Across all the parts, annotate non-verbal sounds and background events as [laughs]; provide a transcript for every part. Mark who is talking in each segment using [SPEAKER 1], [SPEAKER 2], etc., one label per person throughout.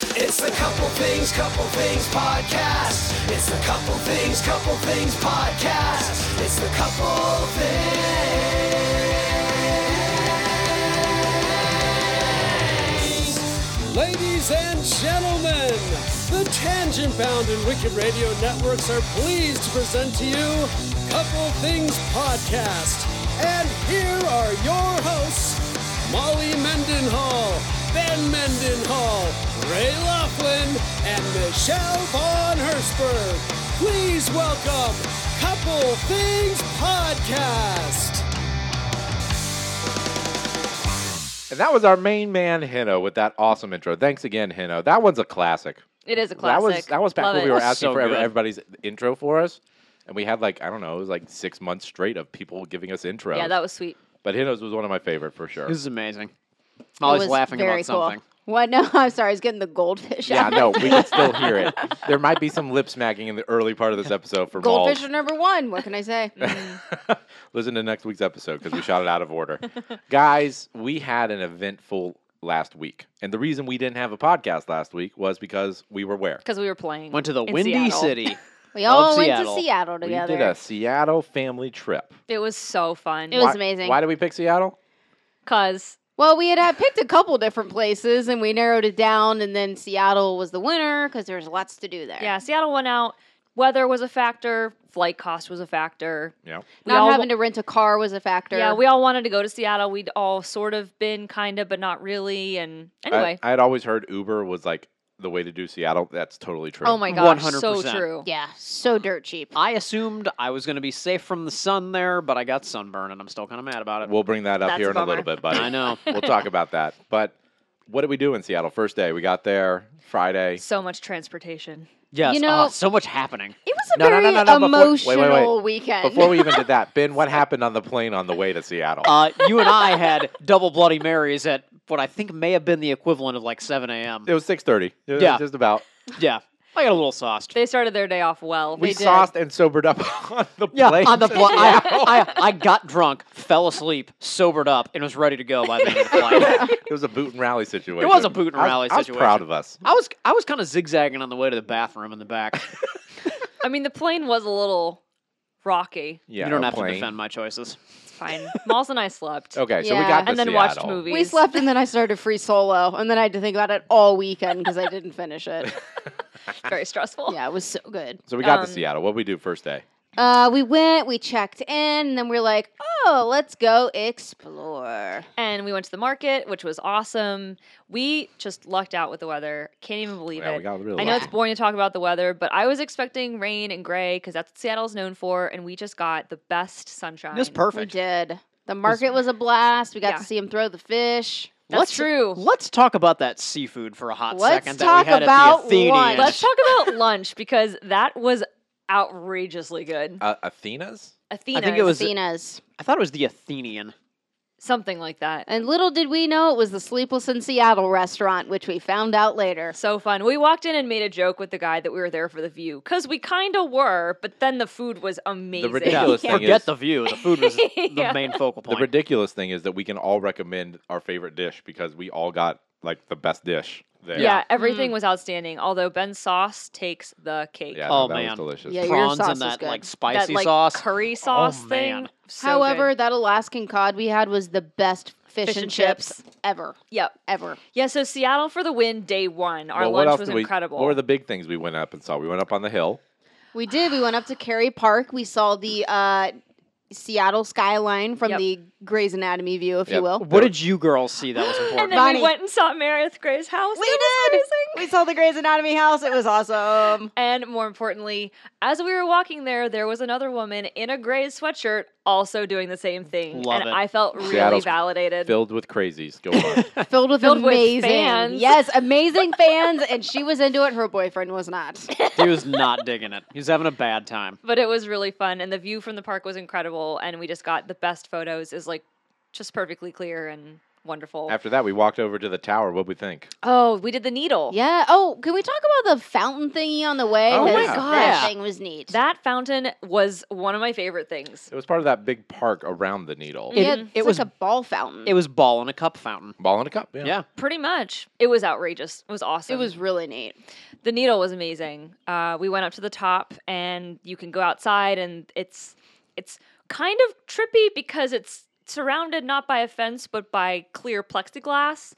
[SPEAKER 1] It's the Couple Things, Couple Things Podcast. It's the Couple Things, Couple Things Podcast. It's the Couple Things.
[SPEAKER 2] Ladies and gentlemen, the Tangent Bound and Wicked Radio Networks are pleased to present to you Couple Things Podcast. And here are your hosts, Molly Mendenhall, Ben Mendenhall, Ray Laughlin, and Michelle Von Hertzberg. Please welcome Couple Things Podcast.
[SPEAKER 3] And that was our main man Hino with that awesome intro. Thanks again, Hino. That one's a classic.
[SPEAKER 4] It is a
[SPEAKER 3] That
[SPEAKER 4] classic.
[SPEAKER 3] was that was back
[SPEAKER 4] Love
[SPEAKER 3] when we
[SPEAKER 4] it.
[SPEAKER 3] were asking
[SPEAKER 5] So
[SPEAKER 3] for ev-
[SPEAKER 5] good.
[SPEAKER 3] everybody's intro for us, and we had like I don't know, it was like six months straight of people giving us intros.
[SPEAKER 4] Yeah, that was sweet.
[SPEAKER 3] but Hino's was one of my favorite for sure.
[SPEAKER 5] This is amazing. Molly's
[SPEAKER 6] was
[SPEAKER 5] laughing
[SPEAKER 6] very
[SPEAKER 5] about something.
[SPEAKER 6] Cool. What? [laughs] No, I'm sorry. I was getting the goldfish.
[SPEAKER 3] yeah, [laughs]
[SPEAKER 6] out.
[SPEAKER 3] no, we can still hear
[SPEAKER 4] [laughs]
[SPEAKER 3] it. There might be some lip smacking in the early part of this episode for Maul.
[SPEAKER 6] Goldfish are number one. What can I
[SPEAKER 3] [laughs]
[SPEAKER 6] say?
[SPEAKER 3] Listen to next week's episode because we shot it out of
[SPEAKER 4] [laughs]
[SPEAKER 3] order. Guys, we had an eventful last week, and the reason we didn't have a podcast last week was because we were where.
[SPEAKER 4] Because we were playing.
[SPEAKER 5] Went to the
[SPEAKER 4] in
[SPEAKER 5] Windy
[SPEAKER 4] Seattle.
[SPEAKER 5] City.
[SPEAKER 6] We
[SPEAKER 5] Love
[SPEAKER 6] all went
[SPEAKER 5] Seattle.
[SPEAKER 6] to Seattle together.
[SPEAKER 3] We did a Seattle family trip.
[SPEAKER 4] It was so fun.
[SPEAKER 6] It was
[SPEAKER 3] Why-
[SPEAKER 6] amazing.
[SPEAKER 3] Why did we pick Seattle?
[SPEAKER 4] Because
[SPEAKER 6] well, we had uh, picked a couple different places and we narrowed it down, and then Seattle was the winner because there was lots to do there.
[SPEAKER 4] yeah, Seattle went out. Weather was a factor. Flight cost was a factor.
[SPEAKER 3] Yeah.
[SPEAKER 4] We
[SPEAKER 6] Not
[SPEAKER 4] all
[SPEAKER 6] having to rent a car was a factor.
[SPEAKER 4] Yeah, we all wanted to go to Seattle. We'd all sort of been kind of, but not really. And anyway,
[SPEAKER 3] I, I had always heard Uber was like the way to do Seattle. That's totally true.
[SPEAKER 4] oh my gosh, so
[SPEAKER 5] 100%.
[SPEAKER 4] true.
[SPEAKER 6] Yeah, so dirt cheap.
[SPEAKER 5] I assumed I was going to be safe from the sun there, but I got sunburn and I'm still kind of mad about it.
[SPEAKER 3] We'll bring that up
[SPEAKER 4] That's
[SPEAKER 3] here
[SPEAKER 4] a
[SPEAKER 3] in a little
[SPEAKER 4] bummer.
[SPEAKER 3] bit, buddy.
[SPEAKER 5] I know.
[SPEAKER 3] We'll talk about that. But what did we do in Seattle? First day, we got there Friday.
[SPEAKER 4] So much transportation.
[SPEAKER 5] Yes.
[SPEAKER 6] You know-
[SPEAKER 5] oh, so much happening.
[SPEAKER 6] It was a
[SPEAKER 3] No, no,
[SPEAKER 6] very
[SPEAKER 3] no, no, no, before- wait,
[SPEAKER 6] emotional
[SPEAKER 3] wait, wait.
[SPEAKER 6] weekend.
[SPEAKER 3] Before we even did that, Ben, what happened on the plane on the way to Seattle?
[SPEAKER 5] Uh, you and I had [laughs] double Bloody Marys at what I think may have been the equivalent of like 7 a.m.
[SPEAKER 3] it was six thirty.
[SPEAKER 5] Yeah.
[SPEAKER 3] just about.
[SPEAKER 5] Yeah. I got a little sauced.
[SPEAKER 4] They started their day off well.
[SPEAKER 3] We
[SPEAKER 4] They did.
[SPEAKER 3] sauced and sobered up [laughs] on the
[SPEAKER 5] Yeah,
[SPEAKER 3] plane. [laughs]
[SPEAKER 5] [laughs] on the flight, I, I, I got drunk, fell asleep, sobered up, and was ready to go by the end of the flight. [laughs]
[SPEAKER 3] it was a boot and rally situation.
[SPEAKER 5] It was a boot and
[SPEAKER 3] I was-
[SPEAKER 5] rally
[SPEAKER 3] I was proud
[SPEAKER 5] situation.
[SPEAKER 3] of us.
[SPEAKER 5] I was I was kind of zigzagging on the way to the bathroom in the back.
[SPEAKER 4] I mean, the plane was a little rocky.
[SPEAKER 3] Yeah,
[SPEAKER 5] you don't
[SPEAKER 3] a
[SPEAKER 5] have to
[SPEAKER 3] plane.
[SPEAKER 5] defend my choices.
[SPEAKER 3] [laughs]
[SPEAKER 4] It's fine. Malls and I slept.
[SPEAKER 3] Okay, so we
[SPEAKER 6] Yeah.
[SPEAKER 3] got to
[SPEAKER 4] And then
[SPEAKER 3] Seattle.
[SPEAKER 4] watched movies.
[SPEAKER 6] [laughs] we slept and then I started free solo, and then I had to think about it all weekend because I didn't
[SPEAKER 3] [laughs]
[SPEAKER 6] finish it.
[SPEAKER 4] Very stressful.
[SPEAKER 6] Yeah, it was so good.
[SPEAKER 3] So we got
[SPEAKER 4] Um,
[SPEAKER 3] to Seattle. What did we do first day?
[SPEAKER 6] Uh, we went, we checked in, and then we're like, oh, let's go explore.
[SPEAKER 4] and we went to the market, which was awesome. We just lucked out with the weather. Can't even believe
[SPEAKER 3] Yeah,
[SPEAKER 4] it.
[SPEAKER 3] we got really
[SPEAKER 4] I know
[SPEAKER 3] lucky.
[SPEAKER 4] it's boring to talk about the weather, but I was expecting rain and gray because that's what Seattle's known for, and we just got the best sunshine.
[SPEAKER 5] This perfect.
[SPEAKER 6] We did. The market was a blast. We got
[SPEAKER 4] Yeah.
[SPEAKER 6] to see him throw the fish.
[SPEAKER 4] That's
[SPEAKER 5] let's,
[SPEAKER 4] true.
[SPEAKER 5] Let's talk about that seafood for a hot
[SPEAKER 6] Let's
[SPEAKER 5] second that
[SPEAKER 6] talk
[SPEAKER 5] we had
[SPEAKER 6] about
[SPEAKER 5] at the Athenian.
[SPEAKER 6] lunch.
[SPEAKER 4] Let's talk about lunch because that was outrageously good.
[SPEAKER 3] Uh, Athena's.
[SPEAKER 4] Athena,
[SPEAKER 5] it was-
[SPEAKER 6] Athena's.
[SPEAKER 5] I thought it was the Athenian.
[SPEAKER 4] something like that.
[SPEAKER 6] And little did we know it was the Sleepless in Seattle restaurant, which we found out later.
[SPEAKER 4] So fun. We walked in and made a joke with the guy that we were there for the view because we kind of were, but then the food was amazing.
[SPEAKER 3] ridiculous thing
[SPEAKER 5] Forget
[SPEAKER 3] is-
[SPEAKER 5] the view. The food was the
[SPEAKER 4] Yeah.
[SPEAKER 5] main focal
[SPEAKER 3] The
[SPEAKER 5] point.
[SPEAKER 3] ridiculous thing is that we can all recommend our favorite dish because we all got like the best dish there.
[SPEAKER 4] [laughs] Yeah, everything was outstanding. Although Ben's sauce takes the cake.
[SPEAKER 3] Yeah,
[SPEAKER 5] Oh,
[SPEAKER 3] no, that
[SPEAKER 5] man.
[SPEAKER 3] was delicious.
[SPEAKER 6] Yeah, your
[SPEAKER 5] prawns
[SPEAKER 6] sauce
[SPEAKER 5] and
[SPEAKER 6] is
[SPEAKER 5] that
[SPEAKER 6] good.
[SPEAKER 5] like
[SPEAKER 4] that
[SPEAKER 5] spicy
[SPEAKER 4] like
[SPEAKER 5] sauce.
[SPEAKER 4] curry sauce thing.
[SPEAKER 5] man.
[SPEAKER 4] So
[SPEAKER 6] However,
[SPEAKER 4] good.
[SPEAKER 6] that Alaskan cod we had was the best fish, and, chips, ever.
[SPEAKER 4] yep,
[SPEAKER 6] Ever.
[SPEAKER 4] yeah. So Seattle for the win, day one. Our
[SPEAKER 3] Well, what
[SPEAKER 4] lunch
[SPEAKER 3] else
[SPEAKER 4] was
[SPEAKER 3] did we-
[SPEAKER 4] incredible.
[SPEAKER 3] What were the big things we went up and saw? We went up on the hill.
[SPEAKER 6] We did. We went up to Cary Park. We saw the uh, Seattle skyline from
[SPEAKER 4] Yep.
[SPEAKER 6] the Grey's Anatomy view, if
[SPEAKER 3] Yep.
[SPEAKER 6] you will.
[SPEAKER 5] what did you girls see that was
[SPEAKER 4] and
[SPEAKER 5] important?
[SPEAKER 4] then
[SPEAKER 6] Bonnie.
[SPEAKER 4] we went and saw Meredith Gray's house.
[SPEAKER 6] We
[SPEAKER 4] It was
[SPEAKER 6] did.
[SPEAKER 4] amazing.
[SPEAKER 6] We saw the Grey's Anatomy house. It was awesome.
[SPEAKER 4] And more importantly, as we were walking there, there was another woman in a gray sweatshirt also doing the same thing.
[SPEAKER 5] Love
[SPEAKER 4] and
[SPEAKER 5] it.
[SPEAKER 4] I felt really
[SPEAKER 3] Seattle's
[SPEAKER 4] validated.
[SPEAKER 3] Filled with crazies. Go
[SPEAKER 4] [laughs]
[SPEAKER 3] on.
[SPEAKER 6] [laughs] filled with
[SPEAKER 4] Filled with
[SPEAKER 6] amazing
[SPEAKER 4] fans.
[SPEAKER 6] Yes, amazing fans, and she was into it. Her boyfriend was [laughs] not.
[SPEAKER 5] he was not digging it. He was having a bad time.
[SPEAKER 4] but it was really fun. And the view from the park was incredible. And we just got the best photos, is like just perfectly clear. And Wonderful.
[SPEAKER 3] After that, we walked over to the tower. What'd we think?
[SPEAKER 4] oh, we did the needle.
[SPEAKER 6] Yeah. Oh, can we talk about the fountain thingy on the way?
[SPEAKER 3] Oh, my
[SPEAKER 6] 'Cause That
[SPEAKER 5] gosh.
[SPEAKER 6] thing was neat.
[SPEAKER 4] That fountain was one of my favorite things.
[SPEAKER 3] It was part of that big park around the needle.
[SPEAKER 5] It-
[SPEAKER 6] yeah,
[SPEAKER 5] it
[SPEAKER 6] it's
[SPEAKER 5] was-
[SPEAKER 6] like a ball fountain.
[SPEAKER 5] It was ball in a cup fountain.
[SPEAKER 3] Ball in a cup.
[SPEAKER 5] Yeah.
[SPEAKER 4] Pretty much. It was outrageous. It was awesome.
[SPEAKER 6] It was really neat.
[SPEAKER 4] the needle was amazing. Uh, we went up to the top, and you can go outside, and it's it's kind of trippy because it's surrounded not by a fence but by clear plexiglass.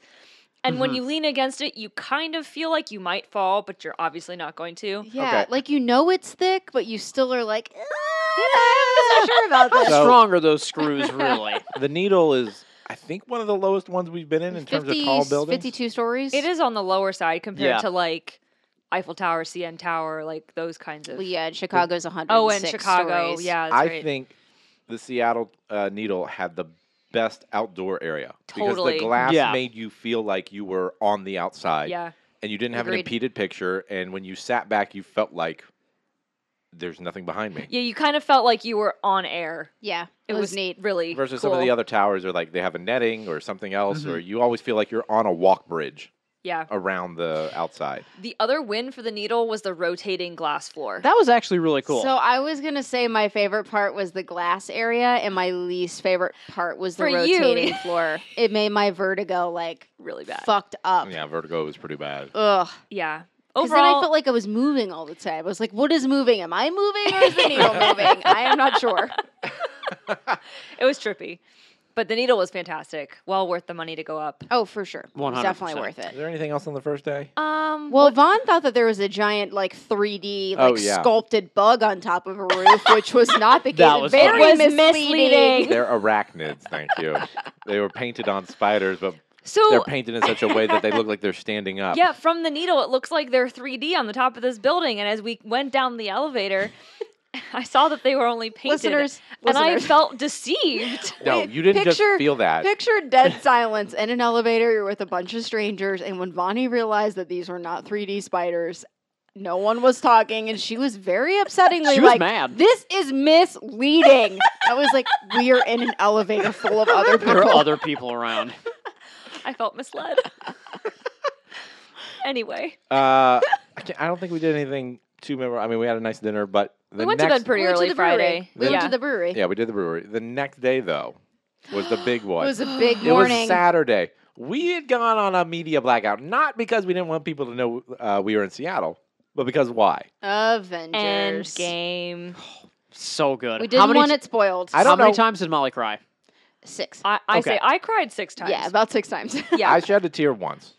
[SPEAKER 4] And
[SPEAKER 6] Mm-hmm.
[SPEAKER 4] when you lean against it, you kind of feel like you might fall, but you're obviously not going to.
[SPEAKER 6] Yeah,
[SPEAKER 3] Okay.
[SPEAKER 6] like you know it's thick, but you still are like, "Ah, I'm not sure about [laughs] this.
[SPEAKER 3] So-
[SPEAKER 5] Strong are those screws, really?
[SPEAKER 3] [laughs] The needle is, I think, one of the lowest ones we've been in in terms of tall buildings.
[SPEAKER 6] 52 stories.
[SPEAKER 4] It is on the lower side compared
[SPEAKER 5] Yeah.
[SPEAKER 4] to like Eiffel Tower, CN Tower, like those kinds of.
[SPEAKER 6] Well, yeah, and Chicago's 100.
[SPEAKER 4] Oh, and Chicago, yeah, that's
[SPEAKER 3] I
[SPEAKER 4] right.
[SPEAKER 3] think the Seattle uh, needle had the best outdoor area because
[SPEAKER 4] Totally.
[SPEAKER 3] the glass
[SPEAKER 5] Yeah.
[SPEAKER 3] made you feel like you were on the outside.
[SPEAKER 4] yeah.
[SPEAKER 3] and you didn't have an
[SPEAKER 4] Agreed.
[SPEAKER 3] impeded picture. And when you sat back, you felt like there's nothing behind me.
[SPEAKER 4] Yeah, you kind of felt like you were on air.
[SPEAKER 6] Yeah,
[SPEAKER 4] It, was,
[SPEAKER 6] neat.
[SPEAKER 4] Really.
[SPEAKER 3] Versus some of the
[SPEAKER 4] cool.
[SPEAKER 3] other towers are like they have a netting or something else, or you always feel like you're on a walk bridge
[SPEAKER 4] Yeah.
[SPEAKER 3] around the outside.
[SPEAKER 4] The other win for the needle was the rotating glass floor.
[SPEAKER 5] That was actually really cool.
[SPEAKER 6] So I was gonna say my favorite part was the glass area, and my least favorite part was the
[SPEAKER 4] For you. [laughs]
[SPEAKER 6] rotating floor. It made my vertigo like
[SPEAKER 4] really bad.
[SPEAKER 6] fucked up.
[SPEAKER 3] Yeah, vertigo was pretty bad.
[SPEAKER 6] Ugh.
[SPEAKER 4] Yeah.
[SPEAKER 6] 'Cause then I
[SPEAKER 4] Overall,
[SPEAKER 6] felt like I was moving all the time. I was like, "What is moving? Am I moving or is
[SPEAKER 3] [laughs]
[SPEAKER 6] the needle moving? I am
[SPEAKER 4] [laughs]
[SPEAKER 6] not sure."
[SPEAKER 4] it was trippy. But the needle was fantastic. Well worth the money to go up.
[SPEAKER 6] Oh, for sure, It's
[SPEAKER 5] 100%.
[SPEAKER 6] definitely worth
[SPEAKER 3] Is
[SPEAKER 6] it.
[SPEAKER 3] there anything else on the first day?
[SPEAKER 4] Um,
[SPEAKER 6] Well, Vaughn thought that there was a giant like 3D
[SPEAKER 3] Oh,
[SPEAKER 6] like
[SPEAKER 3] yeah.
[SPEAKER 6] sculpted bug on top of a roof, which was
[SPEAKER 3] [laughs]
[SPEAKER 6] not the case.
[SPEAKER 5] That was
[SPEAKER 6] Very
[SPEAKER 5] funny.
[SPEAKER 4] It was
[SPEAKER 3] [laughs]
[SPEAKER 4] misleading.
[SPEAKER 3] They're arachnids, thank you. They were painted on spiders, but they're
[SPEAKER 4] so
[SPEAKER 3] painted in such a way that they look like they're standing up.
[SPEAKER 4] yeah, from the needle, it looks like they're 3D on the top of this building. And as we went down the elevator, [laughs] I saw that they were only painted.
[SPEAKER 6] Listeners,
[SPEAKER 4] and I
[SPEAKER 6] listeners.
[SPEAKER 4] felt deceived.
[SPEAKER 3] No,
[SPEAKER 6] Wait,
[SPEAKER 3] you didn't
[SPEAKER 6] picture-
[SPEAKER 3] just feel that.
[SPEAKER 6] Picture dead silence in an elevator. You're with a bunch of strangers, and when Bonnie realized that these were not 3D spiders, no one was talking, and she was very upsettingly
[SPEAKER 5] She was
[SPEAKER 6] like,
[SPEAKER 5] mad.
[SPEAKER 6] "This is misleading." I was like, "We are in an elevator full of other people."
[SPEAKER 5] there
[SPEAKER 6] [laughs]
[SPEAKER 5] are other people around.
[SPEAKER 4] I felt misled. [laughs] anyway, [laughs]
[SPEAKER 3] Uh, I, can't, I don't think we did anything too memorable. I mean, we had a nice dinner, but the
[SPEAKER 4] we went
[SPEAKER 3] next
[SPEAKER 4] to bed pretty
[SPEAKER 6] We went to
[SPEAKER 4] early
[SPEAKER 6] the brewery.
[SPEAKER 4] Friday.
[SPEAKER 6] We went
[SPEAKER 4] yeah.
[SPEAKER 6] to the brewery.
[SPEAKER 3] Yeah, we did the brewery. The next day, though, was the big
[SPEAKER 6] It
[SPEAKER 3] one.
[SPEAKER 6] was a big
[SPEAKER 3] It was
[SPEAKER 6] morning.
[SPEAKER 3] Saturday. We had gone on a media blackout, not because we didn't want people to know uh, we were in Seattle, but because why?
[SPEAKER 4] End
[SPEAKER 6] Avengers
[SPEAKER 3] [sighs]
[SPEAKER 4] game.
[SPEAKER 5] So good.
[SPEAKER 6] We
[SPEAKER 5] how
[SPEAKER 6] didn't
[SPEAKER 5] many
[SPEAKER 6] want
[SPEAKER 5] t-
[SPEAKER 6] it spoiled.
[SPEAKER 3] I
[SPEAKER 5] how
[SPEAKER 3] don't
[SPEAKER 5] many
[SPEAKER 3] know.
[SPEAKER 5] times did Molly cry?
[SPEAKER 6] Six.
[SPEAKER 4] I, I
[SPEAKER 5] Okay.
[SPEAKER 4] say I cried six times.
[SPEAKER 6] Yeah, about six times. [laughs]
[SPEAKER 4] Yeah.
[SPEAKER 3] I shed a tear once.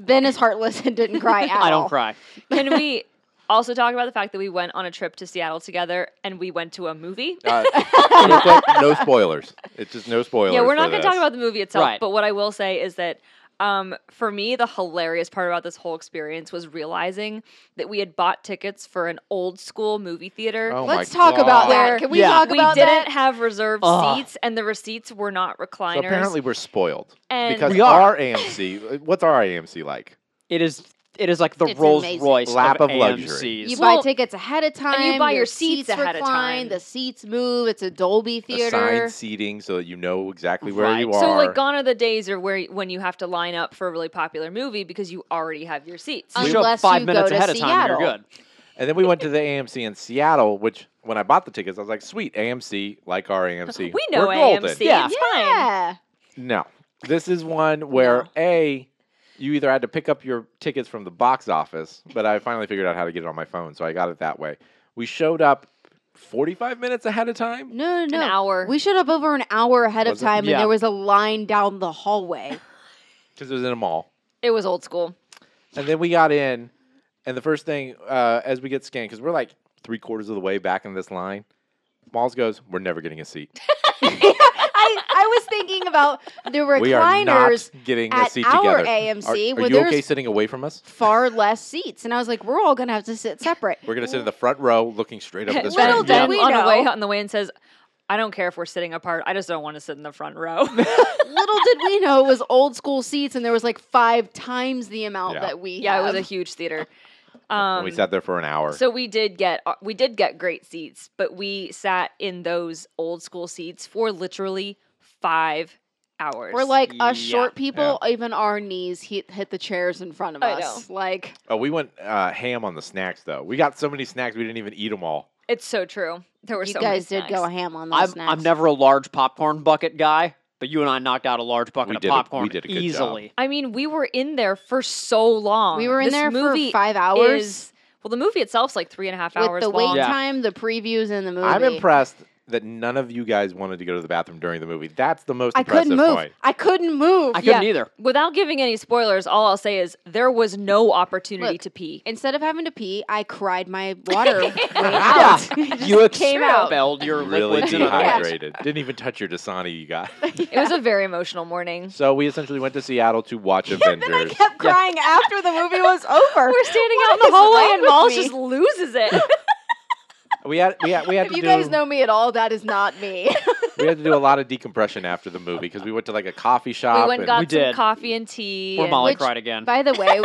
[SPEAKER 6] ben is heartless and didn't cry at all.
[SPEAKER 5] I don't cry.
[SPEAKER 4] Can
[SPEAKER 3] [laughs]
[SPEAKER 4] we also talk about the fact that we went on a trip to Seattle together and we went to a movie? [laughs]
[SPEAKER 3] Uh, real quick, no spoilers. It's just no spoilers.
[SPEAKER 4] yeah, we're
[SPEAKER 3] going
[SPEAKER 4] not going to talk about the movie itself,
[SPEAKER 5] Right.
[SPEAKER 4] but what I will say is that um, for me, the hilarious part about this whole experience was realizing that we had bought tickets for an old school movie theater.
[SPEAKER 3] Oh
[SPEAKER 6] Let's
[SPEAKER 3] my
[SPEAKER 6] talk about
[SPEAKER 3] God.
[SPEAKER 6] that. Can we
[SPEAKER 5] Yeah.
[SPEAKER 6] talk
[SPEAKER 4] we
[SPEAKER 6] about
[SPEAKER 4] didn't
[SPEAKER 6] that?
[SPEAKER 4] have reserved
[SPEAKER 5] Ugh.
[SPEAKER 4] seats, and the receipts were not recliners.
[SPEAKER 3] So apparently, we're spoiled
[SPEAKER 4] And-
[SPEAKER 3] because
[SPEAKER 5] We are.
[SPEAKER 3] our AMC. uh, What's our AMC like?
[SPEAKER 5] It is it is like the
[SPEAKER 6] It's
[SPEAKER 5] Rolls
[SPEAKER 6] amazing.
[SPEAKER 5] Royce
[SPEAKER 3] Lap of luxury.
[SPEAKER 5] AMCs.
[SPEAKER 6] You
[SPEAKER 4] Well,
[SPEAKER 6] buy tickets ahead of time.
[SPEAKER 4] and you buy your seats ahead of time.
[SPEAKER 6] recline, The seats move. It's a Dolby theater.
[SPEAKER 3] Assigned seating so that you know exactly where you
[SPEAKER 5] Right.
[SPEAKER 3] are.
[SPEAKER 4] so like gone are the days are where when you have to line up for a really popular movie because you already have your seats.
[SPEAKER 5] You
[SPEAKER 6] Um,
[SPEAKER 5] show up
[SPEAKER 6] Unless
[SPEAKER 5] five
[SPEAKER 6] you
[SPEAKER 5] minutes
[SPEAKER 6] go to
[SPEAKER 5] ahead of time, you're
[SPEAKER 6] Seattle.
[SPEAKER 5] good.
[SPEAKER 3] and then we went to the AMC in Seattle, which when I bought the tickets, I was like, "Sweet AMC, like our AMC."
[SPEAKER 4] we know
[SPEAKER 3] We're golden.
[SPEAKER 4] AMC.
[SPEAKER 5] Yeah.
[SPEAKER 4] It's fine.
[SPEAKER 6] Yeah.
[SPEAKER 3] No. This is one where A, you either had to pick up your tickets from the box office, but I finally figured out how to get it on my phone, so I got it that way. We showed up 45 minutes ahead of time.
[SPEAKER 6] No, no, no.
[SPEAKER 4] hour.
[SPEAKER 6] We showed up over an hour ahead of
[SPEAKER 3] Was it?
[SPEAKER 6] time,
[SPEAKER 5] Yeah.
[SPEAKER 6] and there was a line down the hallway.
[SPEAKER 3] Because it was in a mall.
[SPEAKER 4] It was old school.
[SPEAKER 3] And then we got in, and the first thing uh, as we get scanned, because we're like three quarters of the way back in this line, Malls goes, We're never getting a seat.
[SPEAKER 6] I, I was thinking about the recliners.
[SPEAKER 3] [laughs] We are not getting a
[SPEAKER 6] at
[SPEAKER 3] seat
[SPEAKER 6] our
[SPEAKER 3] together.
[SPEAKER 6] AMC
[SPEAKER 3] Are, are
[SPEAKER 6] where
[SPEAKER 3] you okay
[SPEAKER 6] there's-
[SPEAKER 3] sitting away from us?
[SPEAKER 6] Far less seats, and I was like, "We're all gonna have to sit separate."
[SPEAKER 3] We're [laughs] going to sit in the front row looking straight up this way.
[SPEAKER 4] Little
[SPEAKER 6] Little did
[SPEAKER 4] Dan
[SPEAKER 6] we
[SPEAKER 4] on the way
[SPEAKER 6] know.
[SPEAKER 4] on the way and says, "I don't care if we're sitting apart. I just don't want to sit in the front row."
[SPEAKER 6] Little did we know it was old school seats, and there was like five times the amount
[SPEAKER 3] Yeah.
[SPEAKER 6] that we.
[SPEAKER 4] [laughs] yeah, it was
[SPEAKER 6] have.
[SPEAKER 4] a huge theater.
[SPEAKER 3] [laughs] And
[SPEAKER 4] Um,
[SPEAKER 3] we sat there for an hour.
[SPEAKER 4] so we did get uh, we did get great seats, but we sat in those old school seats for literally five hours.
[SPEAKER 6] We're like
[SPEAKER 5] Yeah.
[SPEAKER 6] us short people, even our knees hit hit the chairs in front of
[SPEAKER 4] I
[SPEAKER 6] us. Like
[SPEAKER 3] Oh, we went uh, ham on the snacks though. We got so many snacks we didn't even eat them all.
[SPEAKER 4] it's so true. There were
[SPEAKER 6] you
[SPEAKER 4] so
[SPEAKER 6] guys
[SPEAKER 4] many
[SPEAKER 6] did go
[SPEAKER 4] snacks.
[SPEAKER 6] ham on those
[SPEAKER 5] I'm,
[SPEAKER 6] snacks.
[SPEAKER 5] I'm never a large popcorn bucket guy, but you and I knocked out a large bucket
[SPEAKER 3] We
[SPEAKER 5] of
[SPEAKER 3] did a- we
[SPEAKER 5] popcorn
[SPEAKER 3] did a good job.
[SPEAKER 5] easily.
[SPEAKER 4] I mean, we were in there for so long.
[SPEAKER 6] We were in
[SPEAKER 4] This
[SPEAKER 6] there
[SPEAKER 4] movie
[SPEAKER 6] for five hours
[SPEAKER 4] Is, well, the movie itself's like three and a half
[SPEAKER 6] with
[SPEAKER 4] hours
[SPEAKER 6] the
[SPEAKER 4] long.
[SPEAKER 6] wait
[SPEAKER 5] Yeah.
[SPEAKER 6] time, the previews, and the movie.
[SPEAKER 3] I'm impressed that none of you guys wanted to go to the bathroom during the movie. That's the most
[SPEAKER 6] I
[SPEAKER 3] impressive
[SPEAKER 6] couldn't move.
[SPEAKER 3] point.
[SPEAKER 6] I couldn't move.
[SPEAKER 5] I couldn't
[SPEAKER 4] Yeah.
[SPEAKER 5] either.
[SPEAKER 4] Without giving any spoilers, all I'll say is there was no opportunity
[SPEAKER 6] Look,
[SPEAKER 4] to pee.
[SPEAKER 6] Instead of having to pee, I cried my
[SPEAKER 4] [laughs]
[SPEAKER 6] water way
[SPEAKER 5] Yeah. [laughs]
[SPEAKER 6] out. [laughs] It
[SPEAKER 5] you
[SPEAKER 6] just came out.
[SPEAKER 5] expelled your
[SPEAKER 3] Really
[SPEAKER 5] liquids and otherwise.
[SPEAKER 3] dehydrated. Didn't even touch your Dasani you got.
[SPEAKER 4] It was a very emotional
[SPEAKER 3] [laughs]
[SPEAKER 4] morning.
[SPEAKER 3] so we essentially went to Seattle to watch Avengers.
[SPEAKER 6] I kept crying after the movie was over.
[SPEAKER 4] We're standing out in
[SPEAKER 6] is
[SPEAKER 4] the hallway
[SPEAKER 6] wrong
[SPEAKER 4] and
[SPEAKER 6] with
[SPEAKER 4] Malls
[SPEAKER 6] me?
[SPEAKER 4] just loses it.
[SPEAKER 3] We had we had we had
[SPEAKER 6] If
[SPEAKER 3] to
[SPEAKER 6] you
[SPEAKER 3] do
[SPEAKER 6] guys know me at all, that is not me.
[SPEAKER 3] we had to do a lot of decompression after the movie because we went to like a coffee shop.
[SPEAKER 4] we went and got
[SPEAKER 5] We
[SPEAKER 4] some
[SPEAKER 5] did.
[SPEAKER 4] coffee and tea.
[SPEAKER 5] Poor
[SPEAKER 4] and-
[SPEAKER 5] Molly
[SPEAKER 6] Which-
[SPEAKER 5] cried again.
[SPEAKER 6] By the way,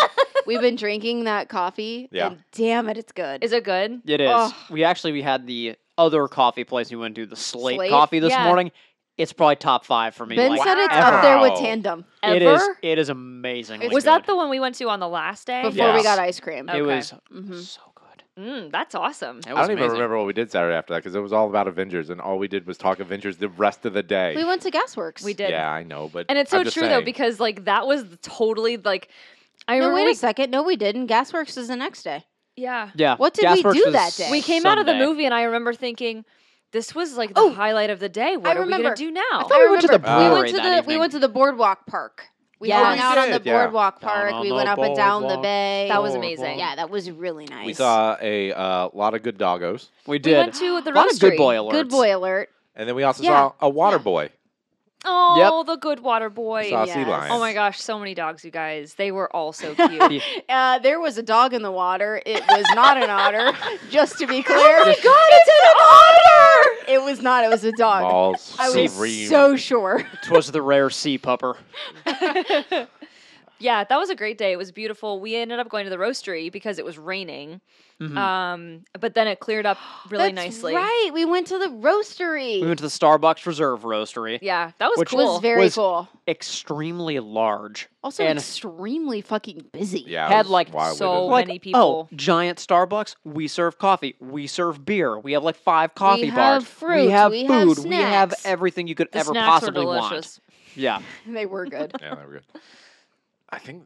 [SPEAKER 6] we've been drinking that coffee.
[SPEAKER 3] Yeah.
[SPEAKER 6] And damn it, it's good.
[SPEAKER 4] Is it good?
[SPEAKER 5] It is.
[SPEAKER 6] Ugh.
[SPEAKER 5] We actually we had the other coffee place we went to, the Slate,
[SPEAKER 6] Slate?
[SPEAKER 5] Coffee this
[SPEAKER 4] Yeah.
[SPEAKER 5] morning. It's probably top five for me.
[SPEAKER 6] ben
[SPEAKER 5] like,
[SPEAKER 6] said it's
[SPEAKER 5] ever.
[SPEAKER 6] up there with
[SPEAKER 3] Wow.
[SPEAKER 6] tandem
[SPEAKER 5] It
[SPEAKER 4] Ever?
[SPEAKER 5] is. It is amazing.
[SPEAKER 6] It's-
[SPEAKER 4] was that the one we went to on the last day?
[SPEAKER 6] before
[SPEAKER 3] Yeah.
[SPEAKER 6] we got ice cream.
[SPEAKER 5] It
[SPEAKER 4] Okay.
[SPEAKER 5] was
[SPEAKER 6] Mhm.
[SPEAKER 5] so good.
[SPEAKER 4] Mm, that's awesome.
[SPEAKER 5] That
[SPEAKER 3] I
[SPEAKER 5] was
[SPEAKER 3] don't even
[SPEAKER 5] amazing.
[SPEAKER 3] remember what we did Saturday after that because it was all about Avengers and all we did was talk Avengers the rest of the day.
[SPEAKER 6] We went to Gasworks.
[SPEAKER 4] We did.
[SPEAKER 3] Yeah, I know, but
[SPEAKER 4] And it's
[SPEAKER 3] I'm
[SPEAKER 4] so true
[SPEAKER 3] just
[SPEAKER 4] though
[SPEAKER 3] saying.
[SPEAKER 4] because like that was totally like I
[SPEAKER 6] No,
[SPEAKER 4] remember
[SPEAKER 6] wait
[SPEAKER 4] we,
[SPEAKER 6] a second. No, we didn't. Gasworks is the next day.
[SPEAKER 4] yeah.
[SPEAKER 5] Yeah.
[SPEAKER 6] What did we
[SPEAKER 5] Gasworks
[SPEAKER 6] do
[SPEAKER 5] was
[SPEAKER 6] that day?
[SPEAKER 4] We came out of the
[SPEAKER 5] Sunday.
[SPEAKER 4] movie and I remember thinking this was like the
[SPEAKER 6] Oh,
[SPEAKER 4] highlight of the day. What are we
[SPEAKER 6] remember.
[SPEAKER 4] gonna do now?
[SPEAKER 5] thought we went to the
[SPEAKER 6] remember. we
[SPEAKER 5] brewery
[SPEAKER 6] went to
[SPEAKER 5] that
[SPEAKER 6] the we
[SPEAKER 5] evening.
[SPEAKER 6] went to the boardwalk park. We
[SPEAKER 4] Yes.
[SPEAKER 6] hung
[SPEAKER 4] We
[SPEAKER 6] out on the
[SPEAKER 3] did, yeah.
[SPEAKER 6] boardwalk
[SPEAKER 5] Down
[SPEAKER 6] park.
[SPEAKER 5] on
[SPEAKER 6] We
[SPEAKER 5] the
[SPEAKER 6] went up and down the
[SPEAKER 5] boardwalk.
[SPEAKER 6] bay.
[SPEAKER 4] That was amazing.
[SPEAKER 6] Yeah, that was really nice.
[SPEAKER 3] we saw a uh, lot of good doggos
[SPEAKER 5] We
[SPEAKER 4] We
[SPEAKER 5] did.
[SPEAKER 4] went to the
[SPEAKER 5] a lot of good
[SPEAKER 4] roastery.
[SPEAKER 5] boy alerts.
[SPEAKER 6] Good boy alert.
[SPEAKER 3] and then we also
[SPEAKER 6] Yeah.
[SPEAKER 3] saw a water boy.
[SPEAKER 4] Oh, the good water boy.
[SPEAKER 3] We saw sea
[SPEAKER 6] yes.
[SPEAKER 3] lion.
[SPEAKER 4] Oh my gosh, so many dogs, you guys. They were all so cute.
[SPEAKER 6] Uh, there was a dog in the water. It was not an otter, [laughs] just to be clear. Oh my [laughs] god, it's an otter! It was not. It was a dog.
[SPEAKER 3] Balls.
[SPEAKER 6] I was
[SPEAKER 3] serene.
[SPEAKER 6] so sure.
[SPEAKER 5] [laughs] Twas the rare sea pupper.
[SPEAKER 4] yeah, that was a great day. It was beautiful. We ended up going to the roastery because it was raining. Um, but then it cleared up really
[SPEAKER 6] [laughs] That's
[SPEAKER 4] nicely.
[SPEAKER 6] Right, we went to the roastery.
[SPEAKER 5] We went to the Starbucks Reserve Roastery.
[SPEAKER 4] Yeah, that was
[SPEAKER 5] Which
[SPEAKER 4] cool.
[SPEAKER 6] was very
[SPEAKER 5] Was-
[SPEAKER 6] cool.
[SPEAKER 5] Extremely large.
[SPEAKER 6] Also,
[SPEAKER 5] and
[SPEAKER 6] extremely fucking busy.
[SPEAKER 3] Yeah, it
[SPEAKER 5] Had,
[SPEAKER 3] was
[SPEAKER 5] like,
[SPEAKER 3] wildly
[SPEAKER 4] so
[SPEAKER 3] busy.
[SPEAKER 5] like,
[SPEAKER 4] many
[SPEAKER 5] oh,
[SPEAKER 4] people.
[SPEAKER 5] giant Starbucks. We serve coffee. We serve beer. We have like five coffee bars.
[SPEAKER 6] have fruit,
[SPEAKER 5] We have
[SPEAKER 6] we have
[SPEAKER 5] food. we have
[SPEAKER 6] snacks.
[SPEAKER 5] everything you could
[SPEAKER 4] The
[SPEAKER 5] ever
[SPEAKER 4] snacks
[SPEAKER 5] possibly
[SPEAKER 4] were
[SPEAKER 5] want.
[SPEAKER 4] delicious.
[SPEAKER 5] Yeah.
[SPEAKER 6] [laughs] They were good.
[SPEAKER 3] Yeah, they were good. [laughs] I think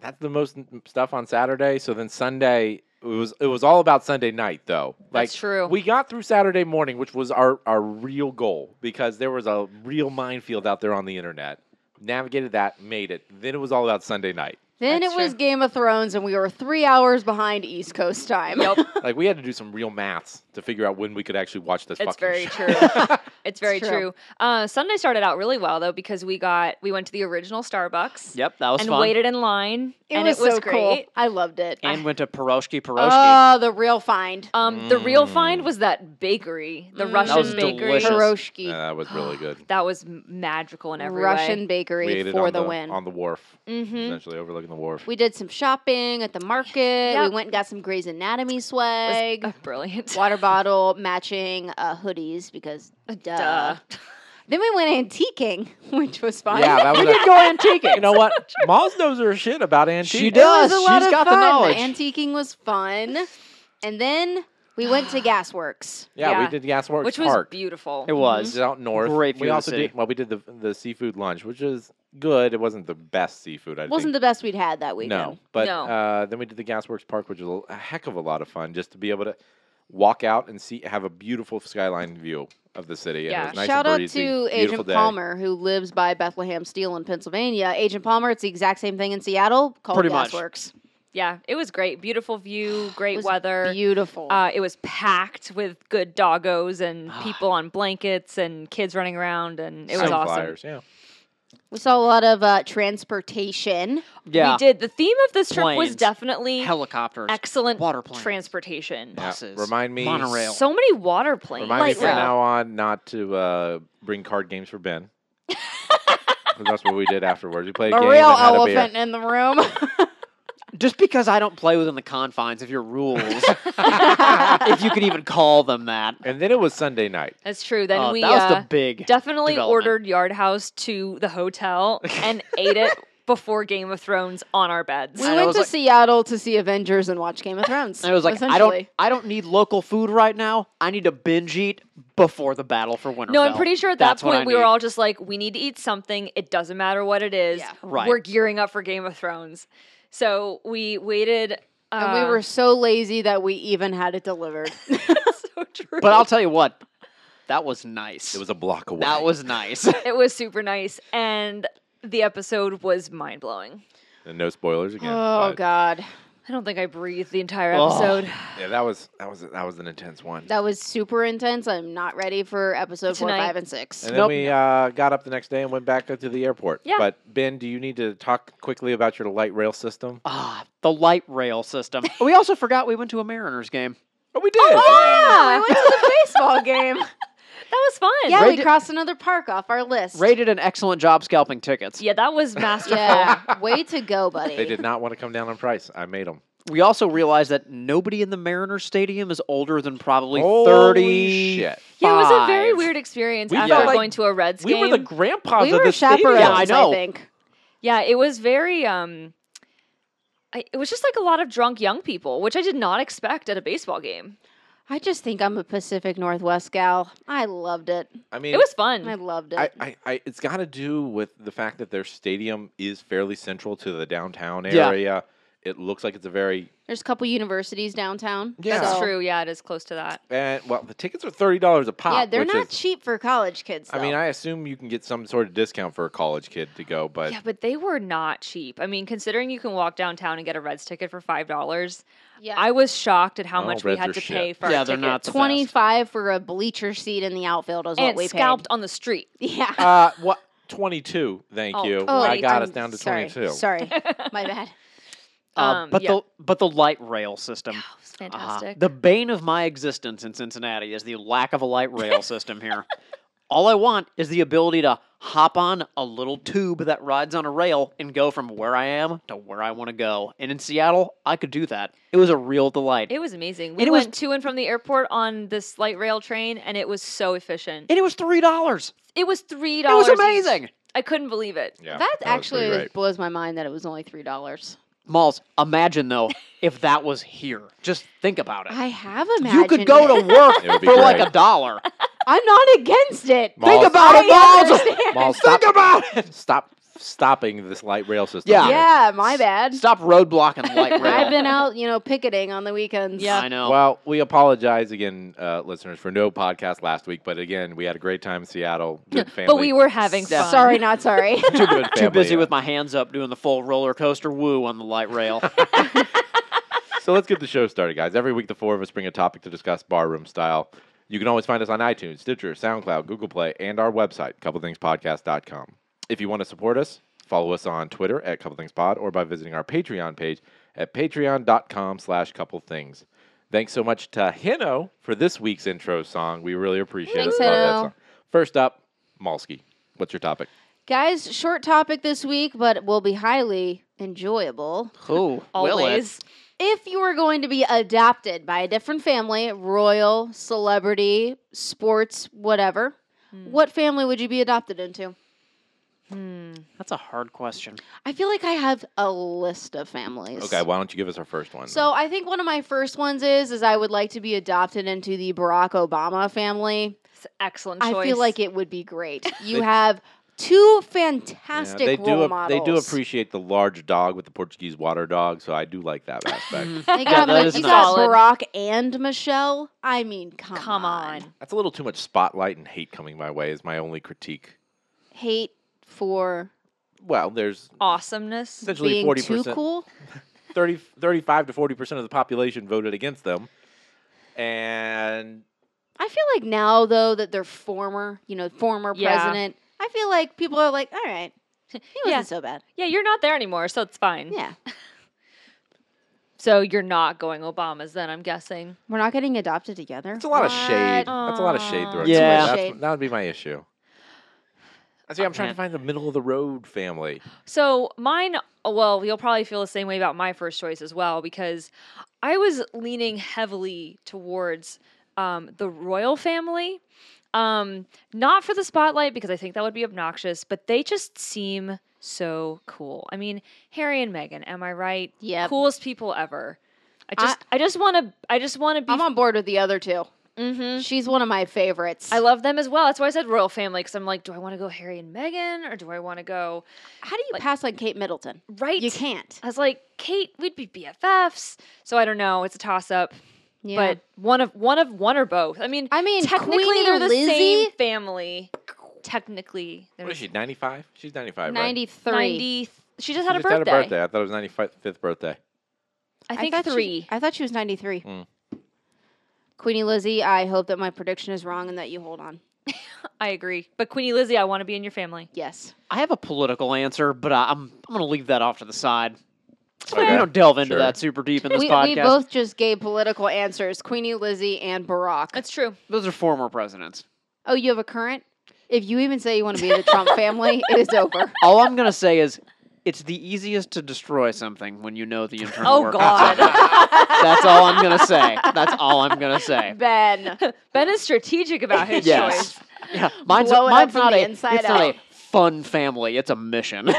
[SPEAKER 3] that's the most n- stuff on Saturday. So then Sunday it was it was all about Sunday night though. Like
[SPEAKER 4] That's true.
[SPEAKER 3] We got through Saturday morning, which was our our real goal because there was a real minefield out there on the internet. Navigated that, made it. Then it was all about Sunday night.
[SPEAKER 6] then
[SPEAKER 4] That's
[SPEAKER 6] it was
[SPEAKER 4] true.
[SPEAKER 6] Game of Thrones, and we were three hours behind East Coast time.
[SPEAKER 4] Yep,
[SPEAKER 3] Like we had to do some real maths to figure out when we could actually watch this.
[SPEAKER 4] it's
[SPEAKER 3] fucking
[SPEAKER 4] very
[SPEAKER 3] show.
[SPEAKER 4] true. It's very
[SPEAKER 6] It's
[SPEAKER 4] true.
[SPEAKER 6] true.
[SPEAKER 4] Uh, Sunday started out really well though because we got we went to the original Starbucks
[SPEAKER 5] Yep. That was
[SPEAKER 4] and
[SPEAKER 5] fun.
[SPEAKER 4] waited in line
[SPEAKER 6] [laughs] It
[SPEAKER 4] and
[SPEAKER 6] was,
[SPEAKER 4] it was
[SPEAKER 6] so cool.
[SPEAKER 4] great.
[SPEAKER 6] I loved it.
[SPEAKER 5] and went to Piroshki Piroshki.
[SPEAKER 6] [laughs] Oh, the real find.
[SPEAKER 4] Um, the real find was that bakery,
[SPEAKER 6] Mm.
[SPEAKER 4] the Russian
[SPEAKER 5] That was
[SPEAKER 4] bakery.
[SPEAKER 5] delicious.
[SPEAKER 6] Hiroshki.
[SPEAKER 3] Yeah, that was really good.
[SPEAKER 4] That was m- magical in Uh, every
[SPEAKER 6] Russian
[SPEAKER 4] way.
[SPEAKER 3] We ate
[SPEAKER 6] bakery
[SPEAKER 3] it
[SPEAKER 6] for
[SPEAKER 3] on
[SPEAKER 6] the, win.
[SPEAKER 3] on the wharf,
[SPEAKER 4] Mm-hmm.
[SPEAKER 3] essentially overlooking the wharf.
[SPEAKER 6] we did some shopping at the market. We
[SPEAKER 4] Yep.
[SPEAKER 6] went and got some Grey's Anatomy swag,
[SPEAKER 4] Uh, brilliant.
[SPEAKER 6] water bottle, matching uh, hoodies because duh.
[SPEAKER 4] [laughs] Duh.
[SPEAKER 6] Then we went antiquing, [laughs] which was fun.
[SPEAKER 3] Yeah,
[SPEAKER 6] [laughs]
[SPEAKER 3] that was.
[SPEAKER 5] We did go antiquing.
[SPEAKER 3] you know what? Moz knows her shit about antiques.
[SPEAKER 5] She
[SPEAKER 6] It was
[SPEAKER 5] does.
[SPEAKER 6] a
[SPEAKER 5] She's
[SPEAKER 6] lot of
[SPEAKER 5] got the
[SPEAKER 6] fun.
[SPEAKER 5] knowledge.
[SPEAKER 6] Antiquing was fun. And then we went to Gasworks.
[SPEAKER 3] Yeah,
[SPEAKER 4] Yeah.
[SPEAKER 3] we did Gasworks
[SPEAKER 4] Which was
[SPEAKER 3] Park.
[SPEAKER 4] beautiful.
[SPEAKER 5] it was.
[SPEAKER 3] Which is out north.
[SPEAKER 5] Great view
[SPEAKER 3] we
[SPEAKER 5] of the
[SPEAKER 3] also
[SPEAKER 5] city.
[SPEAKER 3] did well. We did the the seafood lunch, which is good. It wasn't the best seafood. I
[SPEAKER 6] Wasn't
[SPEAKER 3] think.
[SPEAKER 6] the best we'd had that weekend.
[SPEAKER 3] no, but
[SPEAKER 4] No.
[SPEAKER 3] Uh, then we did the Gasworks Park, which was a heck of a lot of fun. Just to be able to walk out and see have a beautiful skyline view of the city. and it
[SPEAKER 4] Yeah.
[SPEAKER 3] was nice
[SPEAKER 6] Shout
[SPEAKER 3] and
[SPEAKER 6] out
[SPEAKER 3] breezy,
[SPEAKER 6] to
[SPEAKER 3] beautiful
[SPEAKER 6] Agent
[SPEAKER 3] day.
[SPEAKER 6] Palmer, who lives by Bethlehem Steel in Pennsylvania. Agent Palmer, it's the exact same thing in Seattle called
[SPEAKER 5] Pretty much.
[SPEAKER 6] Gasworks.
[SPEAKER 4] yeah, it was great. Beautiful view,
[SPEAKER 6] [gasps] It
[SPEAKER 4] great
[SPEAKER 6] was
[SPEAKER 4] weather.
[SPEAKER 6] Beautiful.
[SPEAKER 4] Uh, it was packed with good doggos and
[SPEAKER 5] Ah.
[SPEAKER 4] people on blankets and kids running around, and it was awesome.
[SPEAKER 3] Sunflowers, Yeah.
[SPEAKER 6] we saw a lot of uh, transportation.
[SPEAKER 5] yeah.
[SPEAKER 4] Mm-hmm. We did. The theme of this trip
[SPEAKER 5] Planes.
[SPEAKER 4] was definitely
[SPEAKER 5] Helicopters.
[SPEAKER 4] excellent
[SPEAKER 5] Water planes.
[SPEAKER 3] Yeah,
[SPEAKER 4] transportation.
[SPEAKER 5] buses.
[SPEAKER 3] Remind me.
[SPEAKER 5] Monorail.
[SPEAKER 4] So many water planes.
[SPEAKER 3] Remind me
[SPEAKER 6] Like,
[SPEAKER 3] from
[SPEAKER 6] uh,
[SPEAKER 3] now on not to uh, bring card games for
[SPEAKER 6] [laughs]
[SPEAKER 3] Ben. 'Cause that's what we did afterwards. We played a
[SPEAKER 6] A
[SPEAKER 3] game
[SPEAKER 6] real
[SPEAKER 3] and had a beer.
[SPEAKER 5] [laughs]
[SPEAKER 6] elephant in the room.
[SPEAKER 5] Just because I don't play within the confines of your rules, [laughs] if you could even call them that.
[SPEAKER 3] And then it was Sunday night.
[SPEAKER 4] That's true. Then
[SPEAKER 5] Oh,
[SPEAKER 4] we
[SPEAKER 5] that was
[SPEAKER 4] uh,
[SPEAKER 5] the big.
[SPEAKER 4] definitely
[SPEAKER 5] development.
[SPEAKER 4] ordered Yard House to the
[SPEAKER 5] [laughs]
[SPEAKER 4] hotel and ate it before Game of Thrones on our beds.
[SPEAKER 6] We
[SPEAKER 5] And I
[SPEAKER 6] went
[SPEAKER 5] was
[SPEAKER 6] to
[SPEAKER 5] like-
[SPEAKER 6] Seattle to see Avengers and watch Game of Thrones.
[SPEAKER 5] And I was like, I don't,
[SPEAKER 6] essentially.
[SPEAKER 5] I don't need local food right now. I need to binge eat before the battle for Winterfell.
[SPEAKER 4] No, I'm pretty sure at that
[SPEAKER 5] That's what I
[SPEAKER 4] point we were
[SPEAKER 5] need.
[SPEAKER 4] all just like, we need to eat something. It doesn't matter what it is.
[SPEAKER 6] Yeah.
[SPEAKER 5] Right.
[SPEAKER 4] We're gearing up for Game of Thrones. So we waited. Uh,
[SPEAKER 6] And we were [laughs] so lazy that we even had it
[SPEAKER 3] [laughs]
[SPEAKER 6] delivered.
[SPEAKER 4] [laughs] so true.
[SPEAKER 5] But I'll tell you what, that was nice.
[SPEAKER 3] It was a block away.
[SPEAKER 5] that was nice. [laughs]
[SPEAKER 4] it was super nice, and the episode was mind blowing.
[SPEAKER 3] And no spoilers again.
[SPEAKER 6] oh
[SPEAKER 3] but-
[SPEAKER 6] God,
[SPEAKER 4] I don't think I breathed the entire
[SPEAKER 5] Oh.
[SPEAKER 4] episode.
[SPEAKER 3] Yeah, that was that was that was an intense one.
[SPEAKER 6] that was super intense. I'm not ready for episode four,
[SPEAKER 4] Tonight.
[SPEAKER 6] five, and six.
[SPEAKER 3] and then
[SPEAKER 5] Nope.
[SPEAKER 3] we uh, got up the next day and went back to the airport.
[SPEAKER 4] Yeah.
[SPEAKER 3] But Ben, do you need to talk quickly about your light rail system?
[SPEAKER 5] ah, the light rail system.
[SPEAKER 4] [laughs]
[SPEAKER 5] We also forgot we went to a Mariners game.
[SPEAKER 3] Oh, we did.
[SPEAKER 6] Yeah, [laughs] we went to the baseball game.
[SPEAKER 4] That was fun. [laughs]
[SPEAKER 6] Yeah,
[SPEAKER 5] Ray
[SPEAKER 6] we
[SPEAKER 5] did-
[SPEAKER 6] crossed another park off our list.
[SPEAKER 5] Ray did an excellent job scalping tickets.
[SPEAKER 4] Yeah, that
[SPEAKER 5] [laughs]
[SPEAKER 4] was
[SPEAKER 3] [laughs]
[SPEAKER 4] masterful.
[SPEAKER 6] yeah, way to go, buddy.
[SPEAKER 3] They did not want to come down on price. I made them.
[SPEAKER 5] We also realized that nobody in the Mariners stadium is older than probably
[SPEAKER 3] Holy
[SPEAKER 5] thirty.
[SPEAKER 3] shit.
[SPEAKER 4] Yeah, it was a very
[SPEAKER 5] five.
[SPEAKER 4] weird experience
[SPEAKER 3] We
[SPEAKER 4] after
[SPEAKER 3] felt like
[SPEAKER 4] going to a Reds
[SPEAKER 3] We
[SPEAKER 4] game.
[SPEAKER 3] were the grandpas
[SPEAKER 6] We
[SPEAKER 3] of
[SPEAKER 6] were
[SPEAKER 3] the stadium.
[SPEAKER 6] chaperones.
[SPEAKER 5] Yeah, I know.
[SPEAKER 6] I think.
[SPEAKER 4] yeah, it was very um I, it was just like a lot of drunk young people, which I did not expect at a baseball game.
[SPEAKER 6] I just think I'm a Pacific Northwest gal. I loved it.
[SPEAKER 3] I mean,
[SPEAKER 4] It was fun.
[SPEAKER 6] I loved it.
[SPEAKER 3] I, I, I, it's got to do with the fact that their stadium is fairly central to the downtown
[SPEAKER 5] Yeah.
[SPEAKER 3] area. It looks like it's a very
[SPEAKER 6] There's a couple universities downtown.
[SPEAKER 3] Yeah.
[SPEAKER 4] That's
[SPEAKER 6] so-
[SPEAKER 4] true. Yeah, it is close to that.
[SPEAKER 3] and eh, well, the tickets are thirty dollars a pop.
[SPEAKER 6] Yeah, they're
[SPEAKER 3] which
[SPEAKER 6] not
[SPEAKER 3] is-
[SPEAKER 6] cheap for college kids.
[SPEAKER 3] I mean,
[SPEAKER 6] though.
[SPEAKER 3] I assume you can get some sort of discount for a college kid to go, but
[SPEAKER 4] Yeah, but they were not cheap. I mean, considering you can walk downtown and get a Reds ticket for five dollars,
[SPEAKER 6] yeah.
[SPEAKER 4] I was shocked at how
[SPEAKER 3] Oh,
[SPEAKER 4] much we
[SPEAKER 3] Reds
[SPEAKER 4] had
[SPEAKER 3] are
[SPEAKER 4] to
[SPEAKER 3] shit.
[SPEAKER 4] pay for
[SPEAKER 5] Yeah,
[SPEAKER 4] our
[SPEAKER 5] they're
[SPEAKER 4] tickets.
[SPEAKER 5] not the best.
[SPEAKER 6] Twenty-five for a bleacher seat in the outfield is what
[SPEAKER 4] and
[SPEAKER 6] we
[SPEAKER 4] scalped on the street.
[SPEAKER 6] paid. [laughs] Yeah.
[SPEAKER 3] [laughs] [laughs] uh, what twenty two? Thank
[SPEAKER 4] Oh,
[SPEAKER 3] you.
[SPEAKER 4] Oh,
[SPEAKER 3] I got
[SPEAKER 6] I'm
[SPEAKER 3] us down to
[SPEAKER 6] sorry,
[SPEAKER 3] twenty two.
[SPEAKER 6] Sorry, [laughs]
[SPEAKER 3] [laughs]
[SPEAKER 6] my bad.
[SPEAKER 5] Uh,
[SPEAKER 4] Um,
[SPEAKER 5] but
[SPEAKER 4] yeah.
[SPEAKER 5] the but the light rail
[SPEAKER 4] It
[SPEAKER 5] system.
[SPEAKER 4] was
[SPEAKER 5] Ah,
[SPEAKER 4] fantastic.
[SPEAKER 5] the bane of my existence in Cincinnati is the lack of a light rail system here. All I want is the ability to hop on a little tube that rides on a rail and go from where I am to where I want to go. And in Seattle, I could do that. It was a real delight.
[SPEAKER 4] it was amazing. We
[SPEAKER 5] and it was-
[SPEAKER 4] went to and from the airport on this light rail train, and it was so efficient.
[SPEAKER 5] and it was $3.
[SPEAKER 4] It was three
[SPEAKER 5] It was
[SPEAKER 4] dollars.
[SPEAKER 5] amazing.
[SPEAKER 4] I couldn't believe it.
[SPEAKER 3] Yeah,
[SPEAKER 6] that,
[SPEAKER 3] was
[SPEAKER 6] actually
[SPEAKER 3] pretty
[SPEAKER 6] was-
[SPEAKER 3] great.
[SPEAKER 6] [laughs] blows my mind that it was only three dollars.
[SPEAKER 5] Malls, imagine though if that was here. Just think about it.
[SPEAKER 6] I have imagined.
[SPEAKER 5] you could go
[SPEAKER 6] it.
[SPEAKER 5] to work
[SPEAKER 3] It would
[SPEAKER 5] for
[SPEAKER 3] be
[SPEAKER 5] like
[SPEAKER 3] great.
[SPEAKER 5] a dollar.
[SPEAKER 6] [laughs] I'm not against it.
[SPEAKER 3] Malls-
[SPEAKER 5] Think about it,
[SPEAKER 6] I
[SPEAKER 5] Malls.
[SPEAKER 6] understand.
[SPEAKER 3] Mal,
[SPEAKER 5] Think
[SPEAKER 3] stop,
[SPEAKER 5] about
[SPEAKER 3] [laughs]
[SPEAKER 5] it.
[SPEAKER 3] stop stopping this light rail system.
[SPEAKER 5] Yeah.
[SPEAKER 3] here.
[SPEAKER 6] Yeah, my bad.
[SPEAKER 5] Stop
[SPEAKER 6] [laughs]
[SPEAKER 5] roadblocking light rail.
[SPEAKER 6] I've been out, you know, picketing on the weekends.
[SPEAKER 5] I know.
[SPEAKER 3] Well, we apologize again, uh, listeners, for no podcast last week. But again, we had a great time in Seattle. Good family.
[SPEAKER 4] But we were having fun.
[SPEAKER 6] Sorry, not sorry.
[SPEAKER 3] [laughs] too good.
[SPEAKER 5] [laughs]
[SPEAKER 3] uh,
[SPEAKER 5] too busy
[SPEAKER 3] with
[SPEAKER 5] with my hands up doing the full roller coaster woo on the
[SPEAKER 3] [laughs]
[SPEAKER 5] light rail.
[SPEAKER 3] so let's get the show started, guys. Every week, the four of us bring a topic to discuss barroom style. You can always find us on iTunes, Stitcher, SoundCloud, Google Play, and our website, couplethingspodcast.com. If you want to support us, follow us on Twitter at couplethinkspod or by visiting our Patreon page at patreon.com slash couplethings. Thanks so much to Hino for this week's intro song. We really appreciate
[SPEAKER 6] Thanks,
[SPEAKER 3] it. Love that
[SPEAKER 6] Hino.
[SPEAKER 3] song. First up, Malsky. What's your topic?
[SPEAKER 6] [laughs] Guys, short topic this week, but will be highly enjoyable.
[SPEAKER 5] Who?
[SPEAKER 4] Always.
[SPEAKER 6] If you were going to be adopted by a different family, royal, celebrity, sports, whatever, what family would you be adopted into?
[SPEAKER 5] That's a hard question.
[SPEAKER 6] I feel like I have a list of families.
[SPEAKER 3] Okay, why don't you give us our first one?
[SPEAKER 6] So I think one of my first ones is is I would like to be adopted into the Barack Obama family.
[SPEAKER 4] It's an excellent choice.
[SPEAKER 6] I feel like it would
[SPEAKER 4] [laughs]
[SPEAKER 6] be great. You
[SPEAKER 3] They-
[SPEAKER 6] have two
[SPEAKER 3] Yeah,
[SPEAKER 6] fantastic
[SPEAKER 3] they
[SPEAKER 6] role
[SPEAKER 3] do ap-
[SPEAKER 6] models.
[SPEAKER 3] they do appreciate the large dog with the Portuguese water dog, so I do like that
[SPEAKER 6] [laughs]
[SPEAKER 3] aspect.
[SPEAKER 6] They
[SPEAKER 5] Yeah,
[SPEAKER 6] got,
[SPEAKER 5] that
[SPEAKER 6] Mi-
[SPEAKER 5] is
[SPEAKER 6] you
[SPEAKER 5] nice.
[SPEAKER 6] got
[SPEAKER 4] Solid.
[SPEAKER 6] Barack and Michelle. I mean, come,
[SPEAKER 4] come on.
[SPEAKER 3] That's a little too much spotlight and hate coming my way is my only critique.
[SPEAKER 6] Hate for
[SPEAKER 3] Well, there's
[SPEAKER 4] Awesomeness.
[SPEAKER 3] essentially
[SPEAKER 6] being
[SPEAKER 3] forty
[SPEAKER 6] too
[SPEAKER 3] percent,
[SPEAKER 6] cool.
[SPEAKER 3] 30, 35 to forty percent of the population voted against them, and
[SPEAKER 6] I feel like now though that they're former, you know, former
[SPEAKER 4] Yeah.
[SPEAKER 6] president. I feel like people are like, all right, he wasn't
[SPEAKER 4] Yeah.
[SPEAKER 6] so bad.
[SPEAKER 4] Yeah, you're not there anymore, so it's fine.
[SPEAKER 3] Mm.
[SPEAKER 6] Yeah,
[SPEAKER 4] So you're not going Obama's then, I'm guessing.
[SPEAKER 6] we're not getting adopted together.
[SPEAKER 3] it's a lot of shade.
[SPEAKER 6] What?
[SPEAKER 3] That's a lot of shade
[SPEAKER 4] Aw.
[SPEAKER 3] thrown.
[SPEAKER 5] Yeah.
[SPEAKER 3] Yeah, That's,
[SPEAKER 6] Shade.
[SPEAKER 3] that would be my issue. I see. I'm trying to find the middle of the road family.
[SPEAKER 4] So mine well, you'll probably feel the same way about my first choice as well because I was leaning heavily towards um, the royal family. Um, not for the spotlight because I think that would be obnoxious, but they just seem so cool. I mean, Harry and Meghan, am I right?
[SPEAKER 6] Yep.
[SPEAKER 4] Coolest people ever. I
[SPEAKER 6] I-
[SPEAKER 4] just, I just want to, I just want to be.
[SPEAKER 6] I'm on board with the other two.
[SPEAKER 4] Mhm.
[SPEAKER 6] She's one of my favorites.
[SPEAKER 4] I love them as well. That's why I said royal family because I'm like, do I want to go Harry and Meghan or do I want to go
[SPEAKER 6] How do you
[SPEAKER 4] like-
[SPEAKER 6] pass on Kate Middleton?
[SPEAKER 4] right?
[SPEAKER 6] You can't.
[SPEAKER 4] I was like, Kate, we'd be BFFs. So I don't know. It's a toss up.
[SPEAKER 6] Yeah.
[SPEAKER 4] But one of one of one or both. I mean,
[SPEAKER 6] I mean,
[SPEAKER 4] technically
[SPEAKER 6] Queenie
[SPEAKER 4] they're the same
[SPEAKER 6] Lizzie-
[SPEAKER 4] family. Technically, they're
[SPEAKER 3] What is
[SPEAKER 4] the
[SPEAKER 3] she? Ninety five? She's ninety five. Right?
[SPEAKER 6] 93.
[SPEAKER 4] 90 She just
[SPEAKER 3] She
[SPEAKER 4] had a
[SPEAKER 3] just had
[SPEAKER 4] birthday.
[SPEAKER 3] a birthday. I thought it was ninety fifth birthday.
[SPEAKER 4] I think
[SPEAKER 6] thought she-
[SPEAKER 4] three.
[SPEAKER 6] I thought she was 93.
[SPEAKER 3] Mm.
[SPEAKER 6] Queenie Lizzie, I hope that my prediction is wrong and that you hold on.
[SPEAKER 4] I agree. But Queenie Lizzie, I want to be in your family.
[SPEAKER 6] Yes.
[SPEAKER 5] I have a political answer, but I, I'm I'm going to leave that off to the side. So
[SPEAKER 3] Okay.
[SPEAKER 5] We don't delve into
[SPEAKER 3] Sure.
[SPEAKER 5] that super deep in this
[SPEAKER 6] We,
[SPEAKER 5] podcast.
[SPEAKER 6] we both just gave political answers Queenie Lizzie and Barack.
[SPEAKER 4] That's true.
[SPEAKER 5] Those are former presidents.
[SPEAKER 6] oh, you have a current? If you even say you want to be in the Trump family, it
[SPEAKER 3] [laughs]
[SPEAKER 6] is over.
[SPEAKER 5] All I'm going to say is it's the easiest to destroy something when you know the internal
[SPEAKER 4] Oh
[SPEAKER 5] workings of it. [laughs]
[SPEAKER 4] God.
[SPEAKER 5] That's all I'm going to say. That's all I'm going to say.
[SPEAKER 3] [laughs]
[SPEAKER 6] Ben.
[SPEAKER 4] ben is strategic about his
[SPEAKER 5] Yes.
[SPEAKER 4] choice.
[SPEAKER 5] Yeah, mine's,
[SPEAKER 6] Blow it up
[SPEAKER 5] mine's
[SPEAKER 6] from
[SPEAKER 5] not
[SPEAKER 6] the
[SPEAKER 5] a it's
[SPEAKER 6] inside
[SPEAKER 5] not
[SPEAKER 6] out.
[SPEAKER 5] a fun family. It's a
[SPEAKER 6] [laughs]
[SPEAKER 5] mission. [laughs] but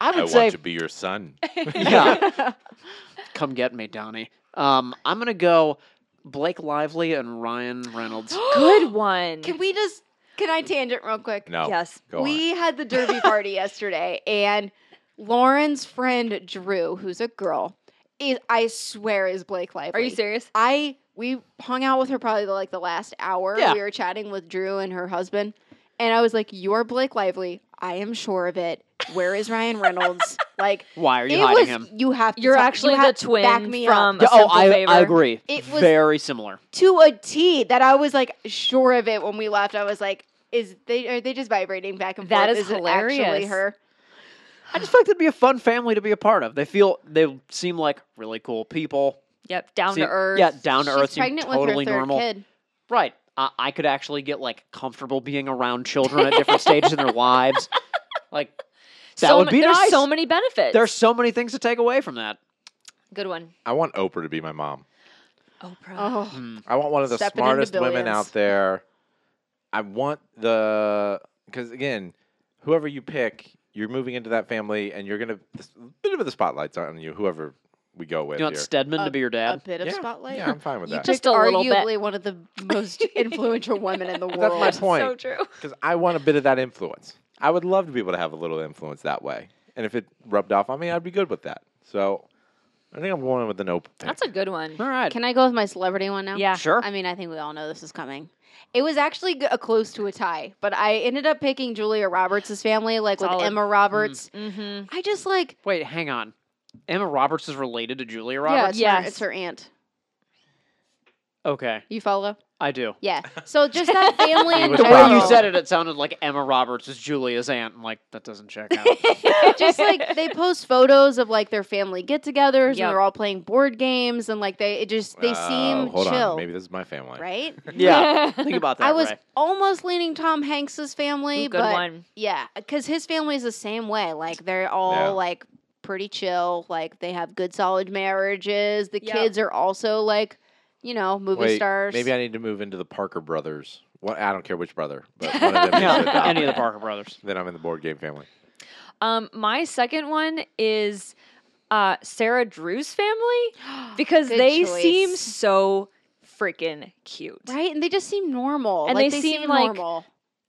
[SPEAKER 5] I would
[SPEAKER 3] I
[SPEAKER 5] say
[SPEAKER 3] want to be your son.
[SPEAKER 5] [laughs] yeah.
[SPEAKER 6] [laughs]
[SPEAKER 5] Come get me, Donnie. Um, I'm gonna go Blake Lively and Ryan
[SPEAKER 6] [gasps]
[SPEAKER 5] Reynolds.
[SPEAKER 4] Good one.
[SPEAKER 6] Can we just, can I tangent real quick?
[SPEAKER 3] No.
[SPEAKER 4] Yes.
[SPEAKER 3] Go on.
[SPEAKER 6] we had the
[SPEAKER 3] [laughs]
[SPEAKER 6] derby party yesterday, and Lauren's friend Drew, who's a girl, is, I swear is Blake Lively.
[SPEAKER 4] Are you serious?
[SPEAKER 6] I we hung out with her probably like the last hour.
[SPEAKER 5] Yeah.
[SPEAKER 6] We were chatting with Drew and her husband, and I was like, "You're Blake Lively. I am sure of it. Where is Ryan
[SPEAKER 5] [laughs]
[SPEAKER 6] Reynolds? like,
[SPEAKER 5] Why are you
[SPEAKER 6] it
[SPEAKER 5] hiding
[SPEAKER 6] was,
[SPEAKER 5] him?
[SPEAKER 6] You have. To
[SPEAKER 4] You're
[SPEAKER 6] tell- you
[SPEAKER 4] actually the
[SPEAKER 6] have to
[SPEAKER 4] twin
[SPEAKER 6] back me up."
[SPEAKER 4] from
[SPEAKER 5] Yeah,
[SPEAKER 4] A
[SPEAKER 5] oh,
[SPEAKER 4] Simple
[SPEAKER 5] I,
[SPEAKER 4] Favor.
[SPEAKER 5] I agree.
[SPEAKER 6] It was-
[SPEAKER 5] Very similar.
[SPEAKER 6] to a T that I was like sure of it when we left. I was like, "Is they are they just vibrating back and
[SPEAKER 4] That
[SPEAKER 6] forth?
[SPEAKER 4] is
[SPEAKER 6] it Actually,
[SPEAKER 4] hilarious.
[SPEAKER 6] her.
[SPEAKER 5] I just feel like that'd be a fun family to be a part of. They feel they seem like really cool people.
[SPEAKER 4] Yep. Down
[SPEAKER 5] Seem-
[SPEAKER 4] to earth.
[SPEAKER 5] Yeah, down to
[SPEAKER 6] She's
[SPEAKER 5] earth. seem
[SPEAKER 6] pregnant
[SPEAKER 5] totally
[SPEAKER 6] with her third
[SPEAKER 5] normal.
[SPEAKER 6] kid.
[SPEAKER 5] Right. I, I could actually get like comfortable being around children at different stages in their lives. Like that
[SPEAKER 4] so
[SPEAKER 5] would
[SPEAKER 4] ma-
[SPEAKER 5] be
[SPEAKER 4] there's
[SPEAKER 5] nice.
[SPEAKER 4] so many benefits.
[SPEAKER 5] There's so many things to take away from that.
[SPEAKER 4] good one.
[SPEAKER 3] I want Oprah to be my mom.
[SPEAKER 4] Oprah.
[SPEAKER 6] Oh,
[SPEAKER 5] Mm.
[SPEAKER 3] I want one of the
[SPEAKER 6] Stepping into
[SPEAKER 3] smartest women
[SPEAKER 6] billions.
[SPEAKER 3] out there. I want the because again, whoever you pick, you're moving into that family, and you're gonna this, bit of the spotlight's on you. Whoever we go with
[SPEAKER 5] You want
[SPEAKER 3] here.
[SPEAKER 5] Stedman
[SPEAKER 6] Uh,
[SPEAKER 5] to be your
[SPEAKER 6] a
[SPEAKER 5] dad?
[SPEAKER 6] bit of
[SPEAKER 3] yeah,
[SPEAKER 6] spotlight.
[SPEAKER 3] yeah, I'm fine with
[SPEAKER 6] You
[SPEAKER 3] that.
[SPEAKER 4] just
[SPEAKER 6] picked
[SPEAKER 4] a little bit.
[SPEAKER 6] arguably one of the
[SPEAKER 4] [laughs]
[SPEAKER 6] most influential women in the world.
[SPEAKER 3] But
[SPEAKER 6] [laughs]
[SPEAKER 3] that's my
[SPEAKER 4] So
[SPEAKER 3] point
[SPEAKER 4] true.
[SPEAKER 3] because I want a bit of that influence. I would love to be able to have a little influence that way, and if it rubbed off on me, I'd be good with that. So I think I'm going with the nope. pick.
[SPEAKER 4] That's a good one.
[SPEAKER 5] All right.
[SPEAKER 6] Can I go with my celebrity one now?
[SPEAKER 4] Yeah.
[SPEAKER 5] Sure.
[SPEAKER 6] I mean, I think we all know this is coming. It was actually g- a close to a tie, but I ended up picking Julia Roberts' family, like with
[SPEAKER 4] Solid.
[SPEAKER 6] Emma Roberts.
[SPEAKER 4] Mm-hmm.
[SPEAKER 6] I just like
[SPEAKER 5] Wait, hang on. Emma Roberts is related to Julia
[SPEAKER 6] yeah,
[SPEAKER 5] Roberts?
[SPEAKER 6] it's,
[SPEAKER 4] Yes.
[SPEAKER 6] her, it's her aunt.
[SPEAKER 5] Okay.
[SPEAKER 6] You follow?
[SPEAKER 5] I do.
[SPEAKER 6] Yeah. So just that family in
[SPEAKER 3] With the
[SPEAKER 5] The way
[SPEAKER 6] general.
[SPEAKER 5] you
[SPEAKER 3] Roberts.
[SPEAKER 5] said it, it sounded like Emma Roberts is Julia's aunt. I'm like, that doesn't check out.
[SPEAKER 6] just like they post photos of like their family get-togethers
[SPEAKER 4] Yep.
[SPEAKER 6] and they're all playing board games and like they it just they
[SPEAKER 3] Oh,
[SPEAKER 6] seem
[SPEAKER 3] hold
[SPEAKER 6] chill,
[SPEAKER 3] on. Maybe this is my family.
[SPEAKER 6] right?
[SPEAKER 4] [laughs]
[SPEAKER 5] yeah. Think about that.
[SPEAKER 6] I was
[SPEAKER 5] Ray.
[SPEAKER 6] almost leaning Tom Hanks's family,
[SPEAKER 4] Ooh, good
[SPEAKER 6] but
[SPEAKER 4] one.
[SPEAKER 6] yeah, because his family is the same way. Like they're all
[SPEAKER 3] Yeah.
[SPEAKER 6] like pretty chill. Like they have good, solid marriages. The
[SPEAKER 4] Yep.
[SPEAKER 6] kids are also like, you know, movie
[SPEAKER 3] Wait,
[SPEAKER 6] stars. [gasps]
[SPEAKER 3] Maybe I need to move into the Parker brothers. What I don't care which brother,
[SPEAKER 4] [laughs]
[SPEAKER 3] but one of them.
[SPEAKER 5] Yeah,
[SPEAKER 3] [laughs] needs to adopt
[SPEAKER 5] any of the
[SPEAKER 3] me.
[SPEAKER 5] Parker brothers.
[SPEAKER 3] Then I'm in the board game family.
[SPEAKER 4] Um, my second one is uh, Sarah Drew's
[SPEAKER 6] [gasps]
[SPEAKER 4] family because
[SPEAKER 6] Good
[SPEAKER 4] they
[SPEAKER 6] choice.
[SPEAKER 4] seem so freaking cute.
[SPEAKER 6] right, and they just seem normal.
[SPEAKER 4] And
[SPEAKER 6] like,
[SPEAKER 4] they
[SPEAKER 6] they,
[SPEAKER 4] seem like
[SPEAKER 6] normal.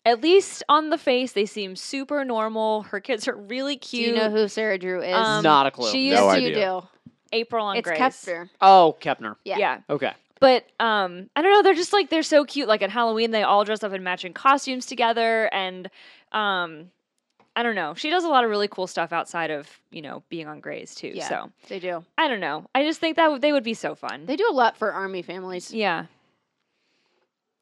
[SPEAKER 4] At least on the face, they seem super normal. Her kids are really
[SPEAKER 6] Do
[SPEAKER 4] cute.
[SPEAKER 6] you know who Sarah Drew is?
[SPEAKER 4] Um,
[SPEAKER 5] Not a clue.
[SPEAKER 4] She used
[SPEAKER 6] yes,
[SPEAKER 3] No
[SPEAKER 6] you
[SPEAKER 3] idea.
[SPEAKER 6] do.
[SPEAKER 4] April on
[SPEAKER 6] It's
[SPEAKER 4] Grace.
[SPEAKER 6] Kester.
[SPEAKER 5] Oh, Kepner.
[SPEAKER 6] Yeah.
[SPEAKER 4] yeah.
[SPEAKER 5] Okay.
[SPEAKER 4] But um, I don't know. They're just like they're so cute. Like at Halloween, they all dress up in matching costumes together, and um, I don't know. She does a lot of really cool stuff outside of you know being on Grays too.
[SPEAKER 6] Yeah.
[SPEAKER 4] So
[SPEAKER 6] They do.
[SPEAKER 4] I don't know. I just think that w- they would be so fun.
[SPEAKER 6] They do a lot for army families.
[SPEAKER 4] yeah.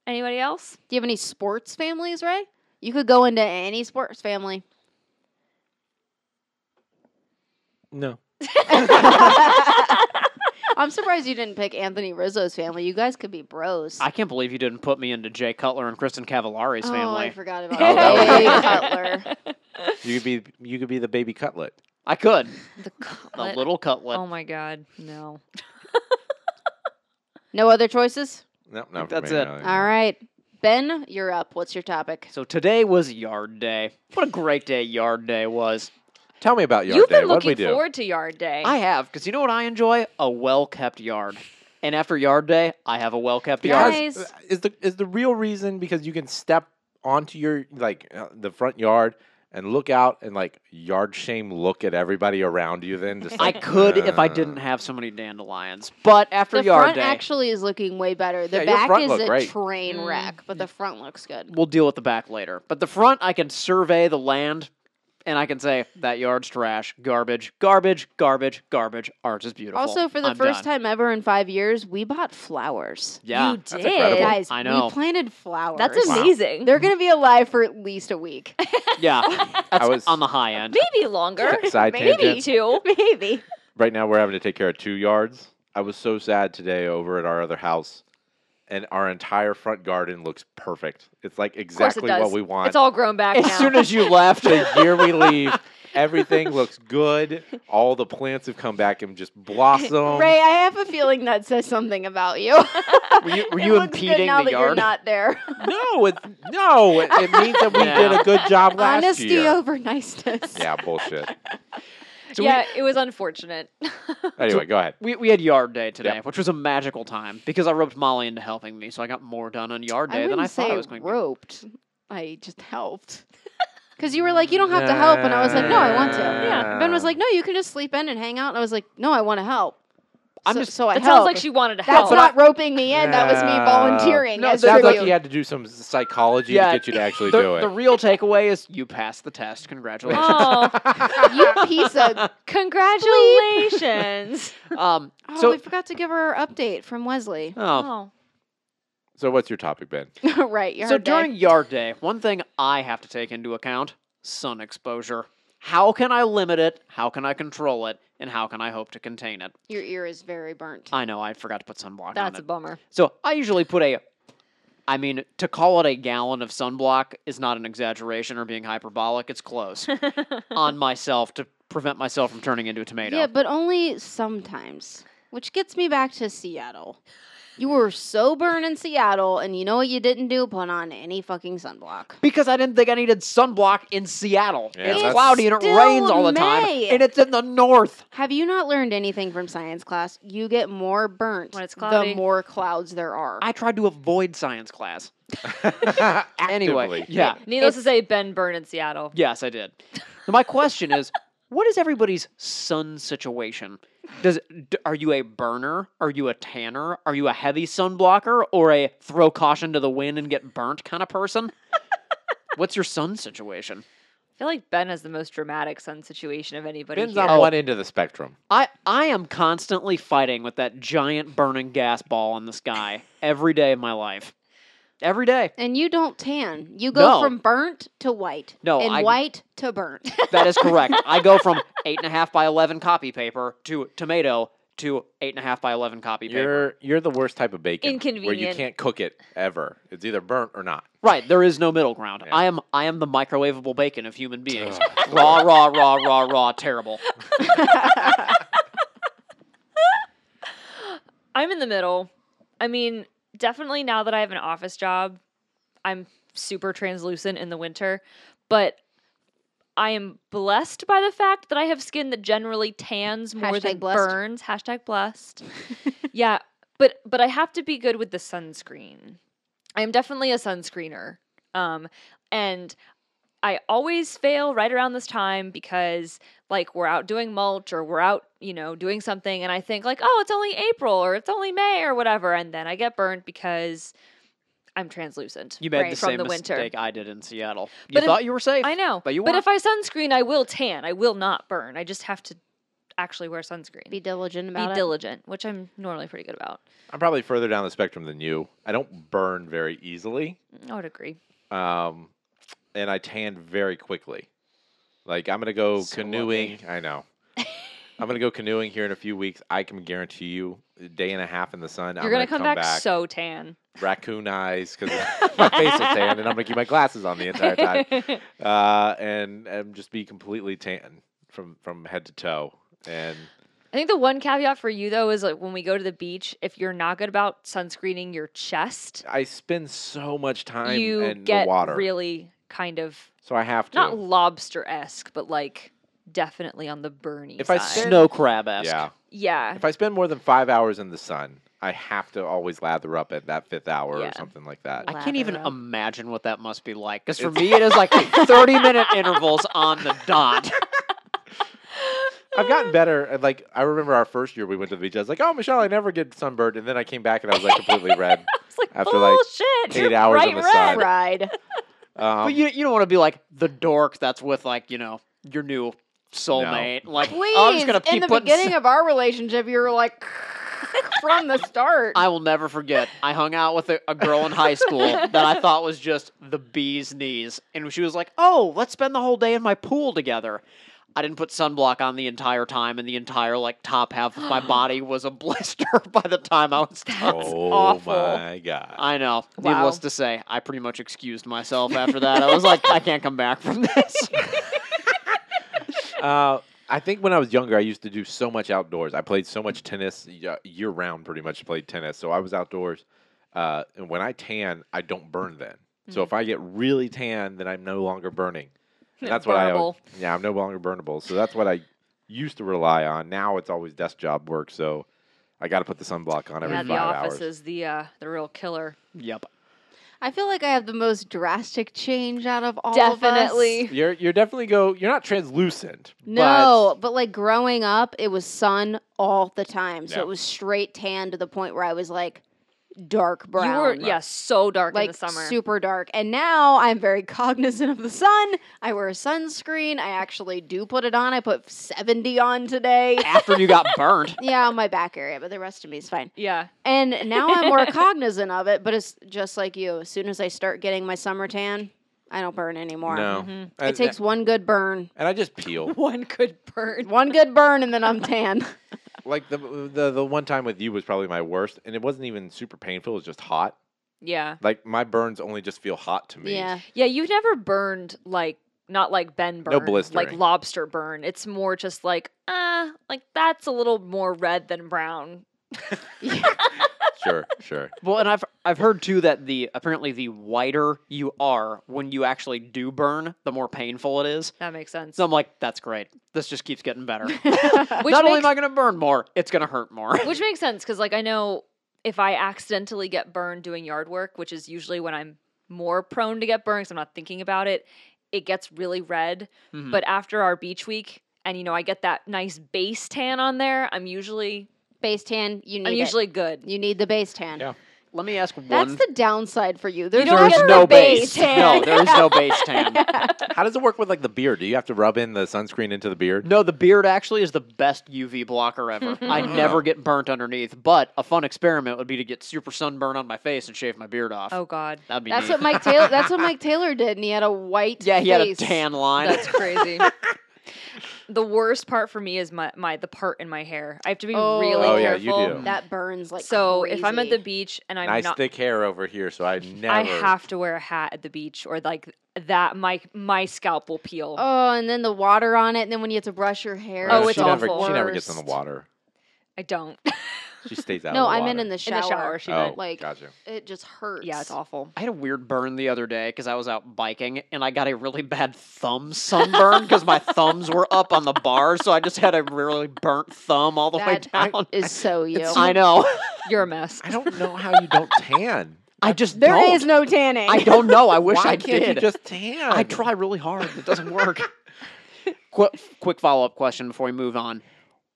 [SPEAKER 4] Anybody else?
[SPEAKER 6] Do you have any sports families, Ray? You could go into any sports family.
[SPEAKER 3] [laughs] No.
[SPEAKER 6] I'm surprised you didn't pick Anthony Rizzo's family. You guys could be bros.
[SPEAKER 5] I can't believe you didn't put me into Jay Cutler and Kristen Cavallari's
[SPEAKER 6] oh, I
[SPEAKER 5] family. [laughs]
[SPEAKER 6] forgot
[SPEAKER 3] Oh, that
[SPEAKER 6] about
[SPEAKER 3] would
[SPEAKER 6] Baby
[SPEAKER 3] be-
[SPEAKER 6] Cutler.
[SPEAKER 3] You could be you could be the baby cutlet.
[SPEAKER 5] I could.
[SPEAKER 3] [laughs]
[SPEAKER 4] The
[SPEAKER 5] The
[SPEAKER 4] cutlet.
[SPEAKER 5] little cutlet.
[SPEAKER 4] Oh my god, no.
[SPEAKER 6] No other choices?
[SPEAKER 3] No, not for
[SPEAKER 5] That's
[SPEAKER 3] me,
[SPEAKER 5] it.
[SPEAKER 3] no.
[SPEAKER 6] All right. Ben, you're up. What's your topic?
[SPEAKER 5] So today was yard day. What a great day yard day was.
[SPEAKER 3] Tell me about yard
[SPEAKER 4] You've
[SPEAKER 3] day.
[SPEAKER 4] been
[SPEAKER 3] what would we
[SPEAKER 4] looking
[SPEAKER 3] do?
[SPEAKER 4] forward to yard day.
[SPEAKER 5] I have, because you know what I enjoy? A well kept yard. And after yard day, I have a well kept yard.
[SPEAKER 4] Guys.
[SPEAKER 3] uh, is the is the real reason because you can step onto your like uh, the front yard and look out and like yard shame look at everybody around you. Then just
[SPEAKER 5] I
[SPEAKER 3] like,
[SPEAKER 5] could if I
[SPEAKER 3] uh,
[SPEAKER 5] didn't have so many dandelions. But after
[SPEAKER 6] The
[SPEAKER 5] yard
[SPEAKER 6] front
[SPEAKER 5] day,
[SPEAKER 6] actually is looking way better. The
[SPEAKER 3] Yeah, your
[SPEAKER 6] back
[SPEAKER 3] front
[SPEAKER 6] is
[SPEAKER 3] look
[SPEAKER 6] a
[SPEAKER 3] great.
[SPEAKER 6] train
[SPEAKER 4] Mm.
[SPEAKER 6] wreck, but the front looks good.
[SPEAKER 5] we'll deal with the back later. But the front, I can survey the land and I can say, that yard's trash, garbage, garbage, garbage, garbage. Ours is beautiful.
[SPEAKER 6] Also, for the
[SPEAKER 5] I'm
[SPEAKER 6] first
[SPEAKER 5] done."
[SPEAKER 6] time ever in five years, we bought flowers.
[SPEAKER 5] Yeah.
[SPEAKER 4] you
[SPEAKER 3] that's
[SPEAKER 4] did.
[SPEAKER 3] incredible.
[SPEAKER 4] Guys,
[SPEAKER 6] Guys,
[SPEAKER 5] I know.
[SPEAKER 6] we planted flowers.
[SPEAKER 4] That's amazing.
[SPEAKER 6] They're going to be alive for at least a week.
[SPEAKER 5] Yeah. [laughs] That's
[SPEAKER 3] was-
[SPEAKER 5] on the high end.
[SPEAKER 4] Maybe longer.
[SPEAKER 3] side
[SPEAKER 4] [laughs] Maybe
[SPEAKER 3] tangent.
[SPEAKER 4] two.
[SPEAKER 6] [laughs] Maybe.
[SPEAKER 3] right now we're having to take care of two yards. I was so sad today over at our other house, and our entire front garden looks perfect. It's like
[SPEAKER 4] Of course
[SPEAKER 3] exactly
[SPEAKER 4] it does.
[SPEAKER 3] what we want.
[SPEAKER 4] It's all grown back
[SPEAKER 5] As
[SPEAKER 4] now.
[SPEAKER 5] soon as you
[SPEAKER 6] [laughs]
[SPEAKER 5] left,
[SPEAKER 3] the year we leave, everything looks good. All the plants have come back and just
[SPEAKER 5] Um,
[SPEAKER 3] blossomed.
[SPEAKER 6] Ray, I have a feeling that says something about you.
[SPEAKER 5] were you, were
[SPEAKER 6] [laughs] It
[SPEAKER 5] you
[SPEAKER 6] looks good
[SPEAKER 5] impeding
[SPEAKER 6] now
[SPEAKER 5] the
[SPEAKER 6] that you're
[SPEAKER 5] yard? [laughs]
[SPEAKER 6] not there.
[SPEAKER 3] No, it's no. It, it means that we did
[SPEAKER 5] Yeah.
[SPEAKER 3] a good job last
[SPEAKER 6] Honesty
[SPEAKER 3] year.
[SPEAKER 6] over niceness.
[SPEAKER 3] yeah, bullshit.
[SPEAKER 5] So we-
[SPEAKER 4] yeah, it was unfortunate. [laughs]
[SPEAKER 3] Anyway, go ahead.
[SPEAKER 5] We, we had yard day today,
[SPEAKER 3] Yep.
[SPEAKER 5] which was a magical time because I roped Molly into helping me, so I got more done on yard
[SPEAKER 6] I
[SPEAKER 5] day than
[SPEAKER 6] wouldn't
[SPEAKER 5] I
[SPEAKER 6] say
[SPEAKER 5] thought I was going to.
[SPEAKER 6] roped. I just [laughs] helped. Because you were like, you don't have to help, and I was like, no, I want to.
[SPEAKER 3] Yeah.
[SPEAKER 6] Ben was like, no, you can just sleep in and hang out, and I was like, no, I want to help.
[SPEAKER 5] I'm
[SPEAKER 6] so,
[SPEAKER 5] just-
[SPEAKER 6] so I
[SPEAKER 4] It sounds like
[SPEAKER 6] helped.
[SPEAKER 4] she wanted to
[SPEAKER 6] That's
[SPEAKER 3] [laughs]
[SPEAKER 4] help.
[SPEAKER 6] not roping me in. That was me
[SPEAKER 3] Yeah.
[SPEAKER 6] volunteering.
[SPEAKER 5] No,
[SPEAKER 6] as
[SPEAKER 5] sounds
[SPEAKER 3] Sounds
[SPEAKER 5] Tribute.
[SPEAKER 3] like
[SPEAKER 6] tribute.
[SPEAKER 3] he had to do some psychology
[SPEAKER 5] Yeah.
[SPEAKER 3] to get you to actually
[SPEAKER 5] The,
[SPEAKER 3] do it.
[SPEAKER 5] the real takeaway is you passed the test. Congratulations.
[SPEAKER 4] [laughs] oh,
[SPEAKER 6] [laughs] you piece of.
[SPEAKER 4] congratulations.
[SPEAKER 5] [laughs] um,
[SPEAKER 6] Oh,
[SPEAKER 5] so,
[SPEAKER 6] we forgot to give her our update from Wesley.
[SPEAKER 5] oh.
[SPEAKER 6] [laughs]
[SPEAKER 4] [laughs] oh.
[SPEAKER 3] so, what's your topic, Ben?
[SPEAKER 6] right.
[SPEAKER 5] so
[SPEAKER 6] yard day.
[SPEAKER 5] during yard day, one thing I have to take into account sun exposure. How can I limit it? How can I control it? And how can I hope to contain it?
[SPEAKER 6] your ear is very burnt.
[SPEAKER 5] I know I forgot to put sunblock on
[SPEAKER 4] That's a
[SPEAKER 5] it.
[SPEAKER 4] bummer.
[SPEAKER 5] So I usually put a, I mean, to call it a gallon of sunblock is not an exaggeration or being hyperbolic. It's
[SPEAKER 6] [laughs]
[SPEAKER 5] close on myself to prevent myself from turning into a tomato.
[SPEAKER 6] Yeah, but only sometimes. Which gets me back to Seattle. You were so burned in Seattle, and you know what you didn't do? Put on any fucking sunblock.
[SPEAKER 5] because I didn't think I needed sunblock in Seattle.
[SPEAKER 3] Yeah,
[SPEAKER 5] it's
[SPEAKER 3] that's-
[SPEAKER 5] cloudy and it
[SPEAKER 6] Still
[SPEAKER 5] rains all the time,
[SPEAKER 6] May.
[SPEAKER 5] and it's in the north.
[SPEAKER 6] Have you not learned anything from science class? You get more burnt
[SPEAKER 4] When it's
[SPEAKER 6] the
[SPEAKER 4] cloudy.
[SPEAKER 6] more clouds there are.
[SPEAKER 5] I tried to avoid science class. Anyway,
[SPEAKER 6] [laughs]
[SPEAKER 3] [laughs] Actively.
[SPEAKER 5] yeah,
[SPEAKER 4] Needless to say, Ben burned in Seattle.
[SPEAKER 5] yes, I did. So my question is, what is everybody's sun situation? Does d- are you a burner? Are you a tanner? Are you a heavy sun blocker or a throw caution to the wind and get burnt kind of person? What's your sun situation?
[SPEAKER 4] I feel like Ben has the most dramatic sun situation of anybody
[SPEAKER 3] Ben's
[SPEAKER 4] here.
[SPEAKER 3] on one end of the spectrum.
[SPEAKER 5] I I am constantly fighting with that giant burning gas ball in the sky every day of my life. Every day.
[SPEAKER 6] and you don't tan. You go
[SPEAKER 5] No.
[SPEAKER 6] from burnt to white.
[SPEAKER 5] No,
[SPEAKER 6] and
[SPEAKER 5] I-
[SPEAKER 6] white to burnt.
[SPEAKER 5] That is correct. I go from eight and a half by eleven copy paper to tomato to eight and a half by eleven copy paper.
[SPEAKER 3] You're you're the worst type of bacon. Where you
[SPEAKER 4] Inconvenient.
[SPEAKER 3] can't cook it ever. It's either burnt or not.
[SPEAKER 5] Right, there is no middle ground.
[SPEAKER 3] Yeah.
[SPEAKER 5] I am I am the microwavable bacon of human
[SPEAKER 3] [laughs]
[SPEAKER 5] beings. raw, raw, raw, raw, raw, terrible.
[SPEAKER 4] I'm in the middle. I mean, definitely now that I have an office job, I'm super translucent in the winter, but I am blessed by the fact that I have skin that generally tans more
[SPEAKER 6] Hashtag
[SPEAKER 4] than
[SPEAKER 6] blessed.
[SPEAKER 4] burns. Hashtag
[SPEAKER 6] [laughs]
[SPEAKER 4] blessed. yeah, but but I have to be good with the sunscreen. I am definitely a sunscreener, um, and I always fail right around this time because like we're out doing mulch or we're out, you know, doing something and I think like, "Oh, it's only April or it's only May or whatever." And then I get burnt because I'm translucent
[SPEAKER 5] You made
[SPEAKER 6] Right.
[SPEAKER 5] the
[SPEAKER 4] from
[SPEAKER 5] same
[SPEAKER 4] the winter.
[SPEAKER 5] mistake I did in Seattle. You
[SPEAKER 4] But if-
[SPEAKER 5] thought you were safe.
[SPEAKER 4] I know.
[SPEAKER 5] but you
[SPEAKER 4] but if
[SPEAKER 5] weren't.
[SPEAKER 4] I sunscreen, I will tan. I will not burn. I just have to actually wear sunscreen.
[SPEAKER 6] Be diligent
[SPEAKER 4] Be
[SPEAKER 6] about it.
[SPEAKER 4] diligent, which I'm normally pretty good about.
[SPEAKER 3] I'm probably further down the spectrum than you. I don't burn very easily,
[SPEAKER 4] I would agree.
[SPEAKER 3] um, and I tan very quickly. Like I'm gonna go
[SPEAKER 5] So
[SPEAKER 3] canoeing. I know. I'm gonna go canoeing here in a few weeks. I can guarantee you, a day and a half in the sun. I'm
[SPEAKER 4] You're gonna, come, back,
[SPEAKER 3] back
[SPEAKER 4] so tan.
[SPEAKER 3] raccoon eyes because [laughs] my face will tan, and I'm gonna keep my glasses on the entire time,
[SPEAKER 4] [laughs]
[SPEAKER 3] uh, and and just be completely tan from from head to toe. And
[SPEAKER 4] I think the one caveat for you though is like when we go to the beach, if you're not good about sunscreening your chest,
[SPEAKER 3] I spend so much time
[SPEAKER 4] you
[SPEAKER 3] in
[SPEAKER 4] get
[SPEAKER 3] the water,
[SPEAKER 4] really kind of
[SPEAKER 3] so I have to.
[SPEAKER 4] not lobster esque, but like definitely on the Bernie
[SPEAKER 3] If I
[SPEAKER 4] side.
[SPEAKER 3] spin-
[SPEAKER 5] Snow crab esque.
[SPEAKER 3] yeah,
[SPEAKER 4] yeah,
[SPEAKER 3] if I spend more than five hours in the sun, I have to always lather up at that fifth hour
[SPEAKER 4] Yeah.
[SPEAKER 3] or something like that.
[SPEAKER 5] I can't even
[SPEAKER 4] Lather up.
[SPEAKER 5] imagine what that must be like. Because for
[SPEAKER 3] [laughs]
[SPEAKER 5] me, it is like 30 minute intervals on the dot.
[SPEAKER 3] Um I've gotten better. at, Like I remember our first year we went to the beach. I was like, "Oh, Michelle, I never get sunburned," and then I came back and I was like completely
[SPEAKER 4] [laughs]
[SPEAKER 3] red.
[SPEAKER 4] it's like
[SPEAKER 3] after, like,
[SPEAKER 4] bullshit.
[SPEAKER 3] eight
[SPEAKER 4] You're
[SPEAKER 3] hours
[SPEAKER 4] bright
[SPEAKER 3] in the
[SPEAKER 4] red.
[SPEAKER 3] sun.
[SPEAKER 6] Ride.
[SPEAKER 3] Um,
[SPEAKER 5] but you, you don't want to be like the dork that's with like, you know, your new soulmate. Like,
[SPEAKER 6] Please.
[SPEAKER 5] Oh, I'm just going to keep
[SPEAKER 6] in the
[SPEAKER 5] putting
[SPEAKER 6] beginning of our relationship, you were like [laughs] from the start.
[SPEAKER 5] I will never forget. I hung out with a, a girl in high school that I thought was just the bee's knees. And she was like, oh, let's spend the whole day in my pool together. I didn't put sunblock on the entire time, and the entire like top half of my body was a blister [laughs] by the time I was done.
[SPEAKER 3] oh
[SPEAKER 4] awful.
[SPEAKER 3] my god!
[SPEAKER 5] I know.
[SPEAKER 4] Wow.
[SPEAKER 5] Needless to say, I pretty much excused myself after that. I was like, I can't come back from this.
[SPEAKER 3] Uh, I think when I was younger, I used to do so much outdoors. I played so much tennis y- year round, pretty much played tennis. So I was outdoors. Uh, and when I tan, I don't burn then. So
[SPEAKER 4] Mm.
[SPEAKER 3] if I get really tan, then I'm no longer
[SPEAKER 4] [laughs]
[SPEAKER 3] burning. And that's what I al-
[SPEAKER 4] Burnable.
[SPEAKER 3] yeah, I'm no longer burnable. So that's what I used to rely on. Now it's always desk job work. So I got to put the sunblock on every
[SPEAKER 4] yeah,
[SPEAKER 3] five
[SPEAKER 4] the office
[SPEAKER 3] hours.
[SPEAKER 4] is the uh, the real killer.
[SPEAKER 5] yep.
[SPEAKER 6] I feel like I have the most drastic change out of all of us.
[SPEAKER 4] Definitely.
[SPEAKER 3] You're you're definitely go. You're not translucent.
[SPEAKER 6] No, but, like growing up, it was sun all the time. So
[SPEAKER 3] Yeah.
[SPEAKER 6] it was straight tan to the point where I was like dark
[SPEAKER 4] You
[SPEAKER 6] brown.
[SPEAKER 4] were yeah, so dark in
[SPEAKER 6] like
[SPEAKER 4] the summer.
[SPEAKER 6] super dark. And now I'm very [laughs] cognizant of the sun. I wear sunscreen. I actually do put it on. I put 70
[SPEAKER 4] [laughs]
[SPEAKER 6] on today.
[SPEAKER 5] After you got burned.
[SPEAKER 6] yeah, on my back area, but the rest of me is fine.
[SPEAKER 4] yeah.
[SPEAKER 6] And now
[SPEAKER 4] [laughs]
[SPEAKER 6] I'm more cognizant of it, but it's just like you. As soon as I start getting my summer tan, I don't burn anymore.
[SPEAKER 3] But no,
[SPEAKER 4] Mm-hmm.
[SPEAKER 3] I-
[SPEAKER 6] It takes one good burn.
[SPEAKER 3] and I just peel.
[SPEAKER 4] One could burn.
[SPEAKER 6] One good burn and then I'm tan.
[SPEAKER 3] like the, the the one time with you was probably my worst, and it wasn't even super painful. It was just hot.
[SPEAKER 4] Yeah.
[SPEAKER 3] Like my burns only just feel hot to me.
[SPEAKER 6] yeah.
[SPEAKER 4] Yeah, you've never burned like not like Ben burn,
[SPEAKER 3] No
[SPEAKER 4] like
[SPEAKER 3] blistering.
[SPEAKER 4] lobster burn. It's more just like uh, like that's a little more red than brown.
[SPEAKER 3] sure, sure.
[SPEAKER 5] Well, and I've I've heard too that the apparently the whiter you are when you actually do burn, the more painful it is.
[SPEAKER 4] That makes sense.
[SPEAKER 5] So I'm like, that's great. This just keeps getting
[SPEAKER 6] [laughs]
[SPEAKER 5] better.
[SPEAKER 4] Which
[SPEAKER 5] Not only
[SPEAKER 4] makes-
[SPEAKER 5] am I going to burn more, it's going to hurt more.
[SPEAKER 4] Which makes sense because, like, I know if I accidentally get burned doing yard work, which is usually when I'm more prone to get burned because I'm not thinking about it, it gets really red.
[SPEAKER 3] Mm-hmm.
[SPEAKER 5] Mhm.
[SPEAKER 4] But after our beach week, and you know, I get that nice base tan on there, I'm usually
[SPEAKER 6] [laughs] Base tan, you need
[SPEAKER 4] I'm
[SPEAKER 6] it.
[SPEAKER 4] usually good.
[SPEAKER 6] you need the base tan.
[SPEAKER 3] Yeah.
[SPEAKER 5] Let me ask
[SPEAKER 6] That's
[SPEAKER 5] one.
[SPEAKER 6] the downside for you. There's,
[SPEAKER 4] don't
[SPEAKER 6] never
[SPEAKER 4] get
[SPEAKER 6] a
[SPEAKER 4] the base tan.
[SPEAKER 5] No,
[SPEAKER 6] [laughs]
[SPEAKER 5] there is no base tan.
[SPEAKER 3] How does it work with like the beard? Do you have to rub in the sunscreen into the beard?
[SPEAKER 5] No, the beard actually is the best UV blocker
[SPEAKER 6] [laughs]
[SPEAKER 5] ever. I never get burnt underneath, but a fun experiment would be to get super sunburn on my face and shave my beard off.
[SPEAKER 4] Oh
[SPEAKER 6] [laughs]
[SPEAKER 4] God,
[SPEAKER 5] That'd be
[SPEAKER 6] That's
[SPEAKER 5] neat.
[SPEAKER 6] what Mike Taylor. That's what Mike Taylor did, and he had a white.
[SPEAKER 5] Yeah, he had a
[SPEAKER 6] face.
[SPEAKER 5] tan line.
[SPEAKER 4] that's crazy. the worst part for me is my my the part in my hair. I have to be
[SPEAKER 6] Oh.
[SPEAKER 4] really
[SPEAKER 3] Oh, yeah, you
[SPEAKER 4] careful.
[SPEAKER 3] do.
[SPEAKER 6] That burns like
[SPEAKER 4] so if I'm at the
[SPEAKER 6] crazy.
[SPEAKER 4] beach and I'm
[SPEAKER 3] nice
[SPEAKER 4] not
[SPEAKER 3] thick hair over here, so I never.
[SPEAKER 4] I have to wear a hat at the beach, or like that. My my scalp will peel.
[SPEAKER 6] oh, and then the water on it, and then when you have to brush your hair.
[SPEAKER 4] Oh, it's
[SPEAKER 3] she never,
[SPEAKER 4] awful.
[SPEAKER 3] She never gets in the
[SPEAKER 6] Worst.
[SPEAKER 3] water.
[SPEAKER 4] I don't.
[SPEAKER 3] She stays out.
[SPEAKER 6] No,
[SPEAKER 3] of the
[SPEAKER 6] I meant
[SPEAKER 3] water.
[SPEAKER 6] in the
[SPEAKER 4] In
[SPEAKER 6] shower.
[SPEAKER 4] the shower, she
[SPEAKER 3] Oh,
[SPEAKER 4] meant.
[SPEAKER 6] like-
[SPEAKER 3] gotcha.
[SPEAKER 6] It just hurts.
[SPEAKER 4] Yeah, it's [laughs] awful.
[SPEAKER 5] I had a weird burn the other day because I was out biking and I got a really bad thumb sunburn because my thumbs were up on the bar, so I just had a really burnt thumb all the
[SPEAKER 6] That
[SPEAKER 5] way down.
[SPEAKER 6] is so you.
[SPEAKER 3] [laughs]
[SPEAKER 5] I know.
[SPEAKER 4] You're a mess.
[SPEAKER 3] I don't know how you don't tan.
[SPEAKER 5] I just
[SPEAKER 6] There
[SPEAKER 5] don't.
[SPEAKER 6] is no tanning.
[SPEAKER 5] I don't know. I wish
[SPEAKER 3] Why
[SPEAKER 5] I
[SPEAKER 3] can't
[SPEAKER 5] did.
[SPEAKER 3] you just tan?
[SPEAKER 5] I try really hard. It
[SPEAKER 3] [laughs]
[SPEAKER 5] doesn't work. quick, quick follow up question before we move on.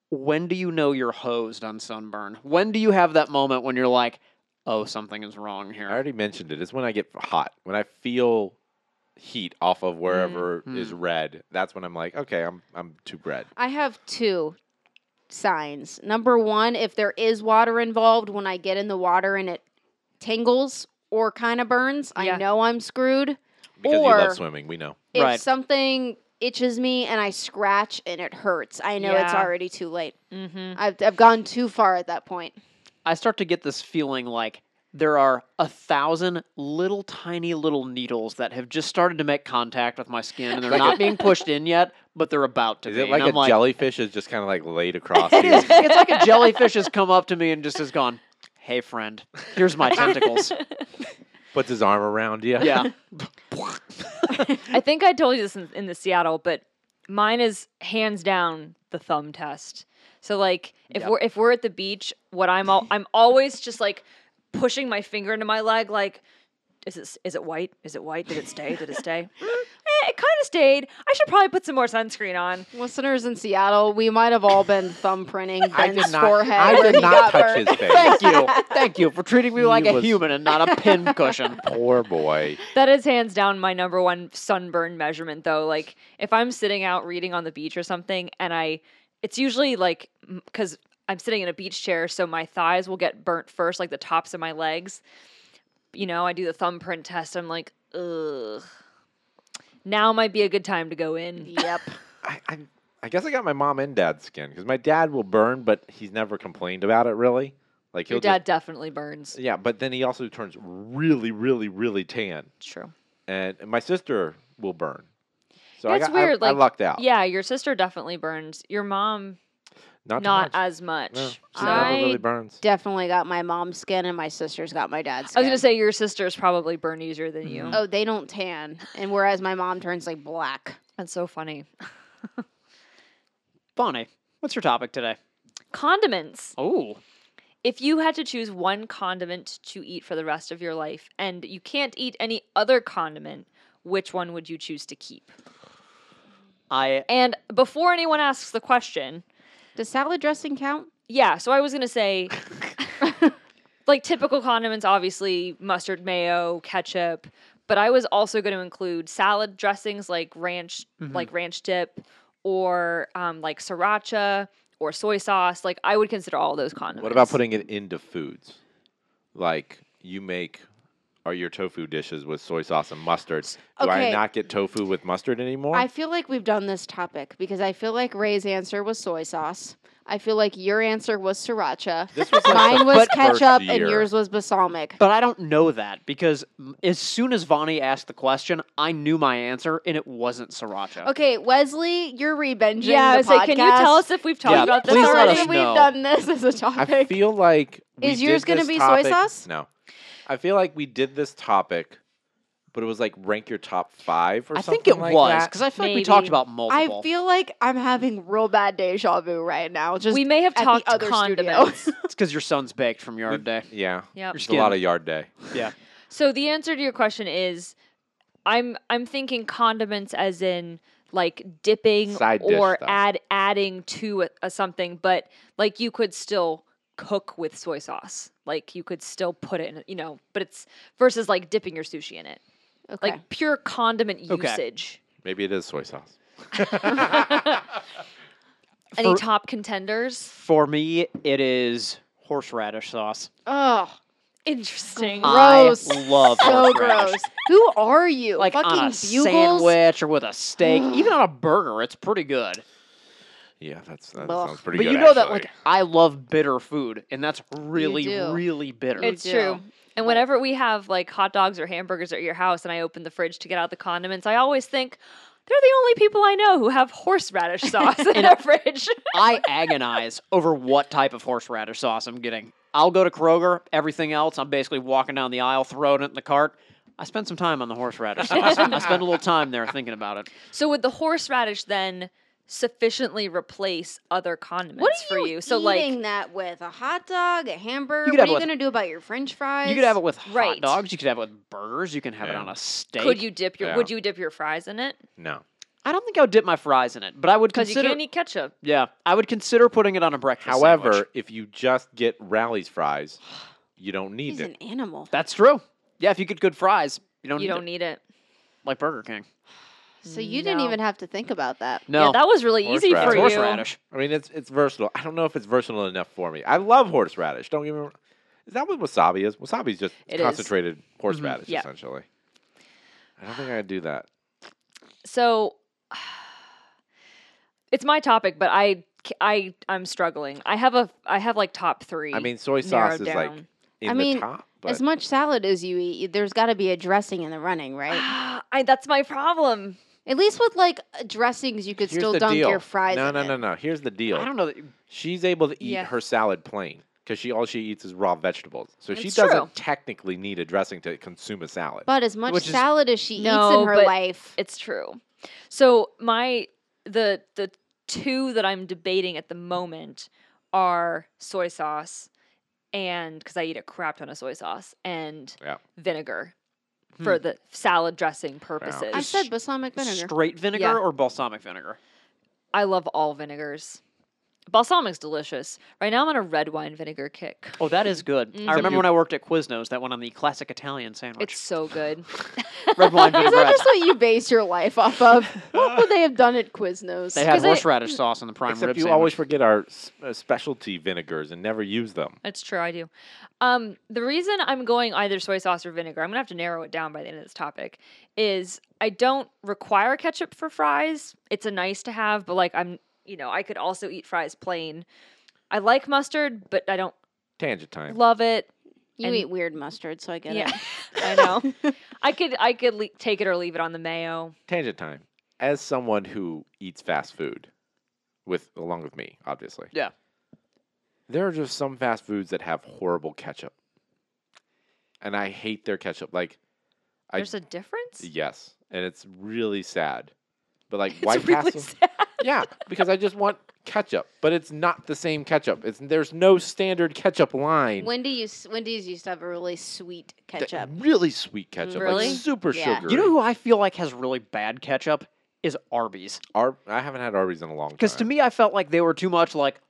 [SPEAKER 5] When do you know you're hosed on sunburn? When do you have that moment when you're like, oh, something is wrong
[SPEAKER 3] I
[SPEAKER 5] here?
[SPEAKER 3] already mentioned it. It's when I get hot. When I feel heat off of wherever is red, that's when I'm like, okay, I'm I'm too red.
[SPEAKER 6] I have two signs. Number one, if there is water involved, when I get in the water and it tingles or kind of burns,
[SPEAKER 4] Yeah.
[SPEAKER 6] I know I'm screwed.
[SPEAKER 3] Because you
[SPEAKER 6] or
[SPEAKER 3] love swimming, we know.
[SPEAKER 6] if
[SPEAKER 5] Right.
[SPEAKER 6] something itches me and I scratch and it hurts, I know it's
[SPEAKER 4] Yeah.
[SPEAKER 6] already too late.
[SPEAKER 4] Mm-hmm.
[SPEAKER 6] I've, I've gone too far at that point.
[SPEAKER 5] I start to get this feeling like there are a thousand little tiny little needles that have just started to make contact with my skin and they're
[SPEAKER 3] Like a-
[SPEAKER 5] not being pushed in yet, but they're about to
[SPEAKER 3] Is
[SPEAKER 5] be.
[SPEAKER 3] it
[SPEAKER 5] And
[SPEAKER 3] like
[SPEAKER 5] I'm
[SPEAKER 3] a jellyfish is just kind of like laid across
[SPEAKER 5] It
[SPEAKER 3] you?
[SPEAKER 5] is. It's like a jellyfish has come up to me and just has gone, "Hey, friend, here's my tentacles."
[SPEAKER 3] Puts his arm around you. [laughs]
[SPEAKER 5] Yeah,
[SPEAKER 4] I think I told you this in, in the Seattle, but mine is hands down the thumb test. So like if
[SPEAKER 5] Yep.
[SPEAKER 4] we're if we're at the beach, what I'm all I'm always just like pushing my finger into my leg, like is it s- is it white? Is it white? Did it stay? Did it stay? Mm, eh, it kind of stayed. I should probably put some more sunscreen on.
[SPEAKER 6] Listeners in Seattle, we might have all been thumbprinting
[SPEAKER 3] I
[SPEAKER 6] Ben's
[SPEAKER 3] did not.
[SPEAKER 6] forehead.
[SPEAKER 3] I
[SPEAKER 6] where
[SPEAKER 3] did
[SPEAKER 6] he
[SPEAKER 3] not
[SPEAKER 6] got
[SPEAKER 3] touch
[SPEAKER 6] burned.
[SPEAKER 3] his face.
[SPEAKER 5] thank you, thank you for treating me
[SPEAKER 3] He
[SPEAKER 5] like a
[SPEAKER 3] was-
[SPEAKER 5] human and not a pin cushion.
[SPEAKER 3] Poor boy.
[SPEAKER 4] That is hands down my number one sunburn measurement, though. Like, if I'm sitting out reading on the beach or something, and I, it's usually like, because I'm sitting in a beach chair, so my thighs will get burnt first, like the tops of my legs. You know, I do the thumbprint test. I'm like, ugh. Now might be a good time to go in.
[SPEAKER 6] Yep.
[SPEAKER 3] I, I, I guess I got my mom and dad's skin because my dad will burn, but he's never complained about it really. Like he'll
[SPEAKER 4] Your dad definitely burns.
[SPEAKER 3] just, yeah, but then he also turns really, really, really tan,
[SPEAKER 4] True.
[SPEAKER 3] and and my sister will burn. So I
[SPEAKER 4] That's
[SPEAKER 3] got, I-
[SPEAKER 4] weird.
[SPEAKER 3] I,
[SPEAKER 4] like,
[SPEAKER 3] lucked out.
[SPEAKER 4] Yeah, your sister definitely burns. Your mom,
[SPEAKER 3] not, too
[SPEAKER 4] not
[SPEAKER 3] much.
[SPEAKER 4] as much.
[SPEAKER 3] No, she
[SPEAKER 6] I
[SPEAKER 3] never really burns.
[SPEAKER 6] Definitely got my mom's skin and my sister's got my dad's
[SPEAKER 4] I
[SPEAKER 6] skin.
[SPEAKER 4] was gonna say your sister's probably burn easier than
[SPEAKER 3] Mm-hmm.
[SPEAKER 4] you.
[SPEAKER 6] Oh, they don't tan. And whereas my mom turns like black.
[SPEAKER 4] That's so funny.
[SPEAKER 5] Bonnie, what's your topic today?
[SPEAKER 4] Condiments.
[SPEAKER 5] Oh,
[SPEAKER 4] If you had to choose one condiment to eat for the rest of your life and you can't eat any other condiment, which one would you choose to keep?
[SPEAKER 5] I
[SPEAKER 4] And before anyone asks the question,
[SPEAKER 6] Does salad dressing count?
[SPEAKER 4] yeah, so I was going to say like typical condiments obviously mustard, mayo, ketchup, but I was also going to include salad dressings like ranch like ranch dip or um, like sriracha or soy sauce. Like I would consider all those condiments.
[SPEAKER 3] What about putting it into foods? Like you make are your tofu dishes with soy sauce and mustard. Do I
[SPEAKER 6] okay.
[SPEAKER 3] not get tofu with mustard anymore?
[SPEAKER 6] I feel like we've done this topic because I feel like Ray's answer was soy sauce. I feel like your answer was sriracha.
[SPEAKER 3] [laughs] This was like the
[SPEAKER 6] Mine was
[SPEAKER 3] first
[SPEAKER 6] ketchup
[SPEAKER 3] year.
[SPEAKER 6] and yours was balsamic.
[SPEAKER 5] But I don't know that because m- as soon as Vonnie asked the question, I knew my answer, and it wasn't sriracha.
[SPEAKER 6] Okay, Wesley, you're rebinging
[SPEAKER 4] Yeah, I
[SPEAKER 6] the
[SPEAKER 4] was like, can you tell
[SPEAKER 6] podcast.
[SPEAKER 4] us if we've talked
[SPEAKER 5] Yeah,
[SPEAKER 4] about this
[SPEAKER 5] please let
[SPEAKER 4] already?
[SPEAKER 5] us
[SPEAKER 6] We've
[SPEAKER 5] know.
[SPEAKER 6] done this as a
[SPEAKER 3] I
[SPEAKER 6] topic.
[SPEAKER 3] feel like we
[SPEAKER 6] Is yours
[SPEAKER 3] did
[SPEAKER 6] gonna
[SPEAKER 3] this
[SPEAKER 6] be soy
[SPEAKER 3] topic-
[SPEAKER 6] sauce?
[SPEAKER 3] No, I feel like we did this topic, but it was like rank your top five or
[SPEAKER 5] I
[SPEAKER 3] something.
[SPEAKER 5] think it
[SPEAKER 3] like
[SPEAKER 5] was
[SPEAKER 3] that.
[SPEAKER 5] because I feel like we talked
[SPEAKER 4] Maybe.
[SPEAKER 5] about
[SPEAKER 6] I
[SPEAKER 5] multiple.
[SPEAKER 6] feel like I'm having real bad deja vu right now. Just
[SPEAKER 4] we may have
[SPEAKER 6] at the
[SPEAKER 4] talked
[SPEAKER 6] other studio.
[SPEAKER 4] condiments. [laughs]
[SPEAKER 5] it's because your son's baked from yard day.
[SPEAKER 3] yeah,
[SPEAKER 4] Yep.
[SPEAKER 3] there's a
[SPEAKER 5] skin.
[SPEAKER 3] lot of yard day.
[SPEAKER 5] Yeah.
[SPEAKER 4] so the answer to your question is, I'm I'm thinking condiments as in like dipping
[SPEAKER 3] Side dish
[SPEAKER 4] or
[SPEAKER 3] stuff.
[SPEAKER 4] add adding to a, a something, but like you could still cook with soy sauce. Like you could still put it in, you know, but it's versus like dipping your sushi in it.
[SPEAKER 6] [laughs] Okay.
[SPEAKER 4] Like pure condiment
[SPEAKER 5] Okay.
[SPEAKER 4] usage.
[SPEAKER 3] Maybe it is soy sauce.
[SPEAKER 4] Any
[SPEAKER 5] For-
[SPEAKER 4] top contenders?
[SPEAKER 5] For me, it is horseradish sauce.
[SPEAKER 6] Ugh,
[SPEAKER 4] Interesting.
[SPEAKER 6] Gross.
[SPEAKER 5] I love
[SPEAKER 6] so
[SPEAKER 5] horseradish.
[SPEAKER 6] gross. Who are you?
[SPEAKER 5] Like
[SPEAKER 6] fucking
[SPEAKER 5] on a
[SPEAKER 6] bugles.
[SPEAKER 5] sandwich or with a
[SPEAKER 4] [sighs]
[SPEAKER 5] steak, even on a burger, it's pretty good.
[SPEAKER 3] Yeah, that's that
[SPEAKER 6] Ugh.
[SPEAKER 3] sounds pretty
[SPEAKER 5] but
[SPEAKER 3] good.
[SPEAKER 5] you know that
[SPEAKER 3] actually.
[SPEAKER 5] like I love bitter food, and that's really,
[SPEAKER 6] do.
[SPEAKER 5] really bitter.
[SPEAKER 4] It's
[SPEAKER 6] do.
[SPEAKER 4] true. And whenever we have like hot dogs or hamburgers at your house and I open the fridge to get out the condiments, I always think they're the only people I know who have
[SPEAKER 6] [laughs]
[SPEAKER 4] horseradish sauce in their fridge.
[SPEAKER 5] [laughs]
[SPEAKER 4] [laughs]
[SPEAKER 5] I agonize over what type of horseradish sauce I'm getting. I'll go to Kroger, everything else, I'm basically walking down the aisle, throwing it in the cart. I spend some time on
[SPEAKER 4] [laughs]
[SPEAKER 5] the horseradish sauce. I spend a little time there thinking about it.
[SPEAKER 4] so would the horseradish then sufficiently replace other condiments
[SPEAKER 6] What are
[SPEAKER 4] for you? So
[SPEAKER 6] eating
[SPEAKER 4] like
[SPEAKER 6] that with a hot dog, a hamburger.
[SPEAKER 5] You could
[SPEAKER 6] What
[SPEAKER 5] have
[SPEAKER 6] are
[SPEAKER 5] it
[SPEAKER 6] you
[SPEAKER 5] with-
[SPEAKER 6] gonna do about your French fries?
[SPEAKER 5] You could have it with hot
[SPEAKER 4] Right.
[SPEAKER 5] dogs, you could have it with burgers, you can have it
[SPEAKER 3] Yeah.
[SPEAKER 5] on a steak.
[SPEAKER 4] could you dip your
[SPEAKER 3] Yeah.
[SPEAKER 4] would you dip your fries in it?
[SPEAKER 3] no,
[SPEAKER 5] I don't think I would dip my fries in it, but I would
[SPEAKER 4] Because you
[SPEAKER 5] consider
[SPEAKER 4] can't eat ketchup.
[SPEAKER 5] Yeah, I would consider putting it on a breakfast
[SPEAKER 3] however,
[SPEAKER 5] sandwich.
[SPEAKER 3] if you just get Rally's fries, you don't need
[SPEAKER 6] He's
[SPEAKER 3] it.
[SPEAKER 6] an animal.
[SPEAKER 5] That's true. Yeah, if you get good fries, you don't
[SPEAKER 4] You
[SPEAKER 5] need
[SPEAKER 4] don't
[SPEAKER 5] it,
[SPEAKER 4] need it.
[SPEAKER 5] like Burger King.
[SPEAKER 6] So you didn't
[SPEAKER 4] No.
[SPEAKER 6] even have to think about that.
[SPEAKER 5] No.
[SPEAKER 4] Yeah, that was really easy
[SPEAKER 3] Horseradish.
[SPEAKER 4] for you.
[SPEAKER 5] horseradish.
[SPEAKER 3] I mean, it's it's versatile. I don't know if it's versatile enough for me. I love horseradish. Don't get me wrong. Is that what wasabi is? Wasabi is just
[SPEAKER 4] It is.
[SPEAKER 3] concentrated
[SPEAKER 6] Mm-hmm.
[SPEAKER 3] horseradish,
[SPEAKER 4] Yeah.
[SPEAKER 3] essentially. I don't think I'd do that.
[SPEAKER 4] So [sighs] It's my topic, but I c- I I'm struggling. I have a I have like top three.
[SPEAKER 3] I mean, soy sauce
[SPEAKER 4] narrowed
[SPEAKER 3] is like
[SPEAKER 4] down.
[SPEAKER 3] in
[SPEAKER 6] I mean,
[SPEAKER 3] the top,
[SPEAKER 6] as
[SPEAKER 3] but
[SPEAKER 6] much salad as you eat, there's got to be a dressing in the running, right?
[SPEAKER 4] [sighs] I that's my problem.
[SPEAKER 6] At least with like dressings, you could
[SPEAKER 3] here's
[SPEAKER 6] still
[SPEAKER 3] the
[SPEAKER 6] dunk
[SPEAKER 3] deal.
[SPEAKER 6] your fries.
[SPEAKER 3] No,
[SPEAKER 6] in
[SPEAKER 3] no,
[SPEAKER 6] it.
[SPEAKER 3] no, no. Here's the deal.
[SPEAKER 5] I don't know. That,
[SPEAKER 3] She's able to eat
[SPEAKER 4] Yeah.
[SPEAKER 3] her salad plain because she all she eats is raw vegetables, so she
[SPEAKER 4] It's
[SPEAKER 3] doesn't
[SPEAKER 4] true.
[SPEAKER 3] technically need a dressing to consume a salad.
[SPEAKER 6] But as much
[SPEAKER 5] Which is-
[SPEAKER 6] salad as she eats
[SPEAKER 4] No,
[SPEAKER 6] in her
[SPEAKER 4] but-
[SPEAKER 6] life,
[SPEAKER 4] It's true. So my the the two that I'm debating at the moment are soy sauce and because I eat a crap ton of soy sauce and
[SPEAKER 3] Yeah.
[SPEAKER 4] vinegar for the salad dressing purposes.
[SPEAKER 6] I said balsamic vinegar.
[SPEAKER 5] Straight vinegar
[SPEAKER 4] Yeah.
[SPEAKER 5] or balsamic vinegar?
[SPEAKER 4] I love all vinegars. Balsamic's delicious. Right now I'm on a red wine vinegar kick.
[SPEAKER 5] Oh, that is
[SPEAKER 4] Mm.
[SPEAKER 5] good. I remember
[SPEAKER 3] you-
[SPEAKER 5] when I worked at Quiznos, that went on the classic Italian sandwich.
[SPEAKER 4] It's so good. [laughs]
[SPEAKER 5] red wine
[SPEAKER 6] [laughs] Is that
[SPEAKER 5] vinaigrette.
[SPEAKER 6] just what you base your life
[SPEAKER 5] [laughs]
[SPEAKER 6] off of? what would they have done at Quiznos?
[SPEAKER 5] They had
[SPEAKER 4] 'cause I-
[SPEAKER 5] horseradish sauce on the prime
[SPEAKER 3] Except
[SPEAKER 5] rib
[SPEAKER 3] you
[SPEAKER 5] sandwich.
[SPEAKER 3] always forget our s- uh, specialty vinegars and never use them.
[SPEAKER 4] It's true, I do. Um, the reason I'm going either soy sauce or vinegar, I'm gonna have to narrow it down by the end of this topic, is I don't require ketchup for fries. It's a nice to have, but like I'm, you know, I could also eat fries plain. I like mustard, but I don't
[SPEAKER 3] Tangent time.
[SPEAKER 4] love it.
[SPEAKER 6] you
[SPEAKER 4] and-
[SPEAKER 6] eat weird mustard, so I get
[SPEAKER 4] Yeah,
[SPEAKER 6] it.
[SPEAKER 4] [laughs] I
[SPEAKER 6] [laughs]
[SPEAKER 4] know. I could I could le- take it or leave it on the mayo.
[SPEAKER 3] Tangent time. As someone who eats fast food, with along with me, obviously.
[SPEAKER 5] Yeah.
[SPEAKER 3] There are just some fast foods that have horrible ketchup, and I hate their ketchup. Like, I
[SPEAKER 4] There's a difference.
[SPEAKER 3] yes, and it's really sad. But like
[SPEAKER 4] It's
[SPEAKER 3] White
[SPEAKER 4] really
[SPEAKER 3] Castle,
[SPEAKER 4] sad.
[SPEAKER 3] yeah, because I just want ketchup, but it's not the same ketchup. It's there's no standard ketchup line.
[SPEAKER 6] Wendy used, Wendy's used to have a really sweet
[SPEAKER 3] Th-
[SPEAKER 6] ketchup.
[SPEAKER 3] Really sweet ketchup,
[SPEAKER 4] Really?
[SPEAKER 3] like super
[SPEAKER 6] Yeah.
[SPEAKER 3] sugar.
[SPEAKER 5] You know who I feel like has really bad ketchup is Arby's.
[SPEAKER 3] Ar- I haven't had Arby's in a long time.
[SPEAKER 5] Because to me, I felt like they were too much like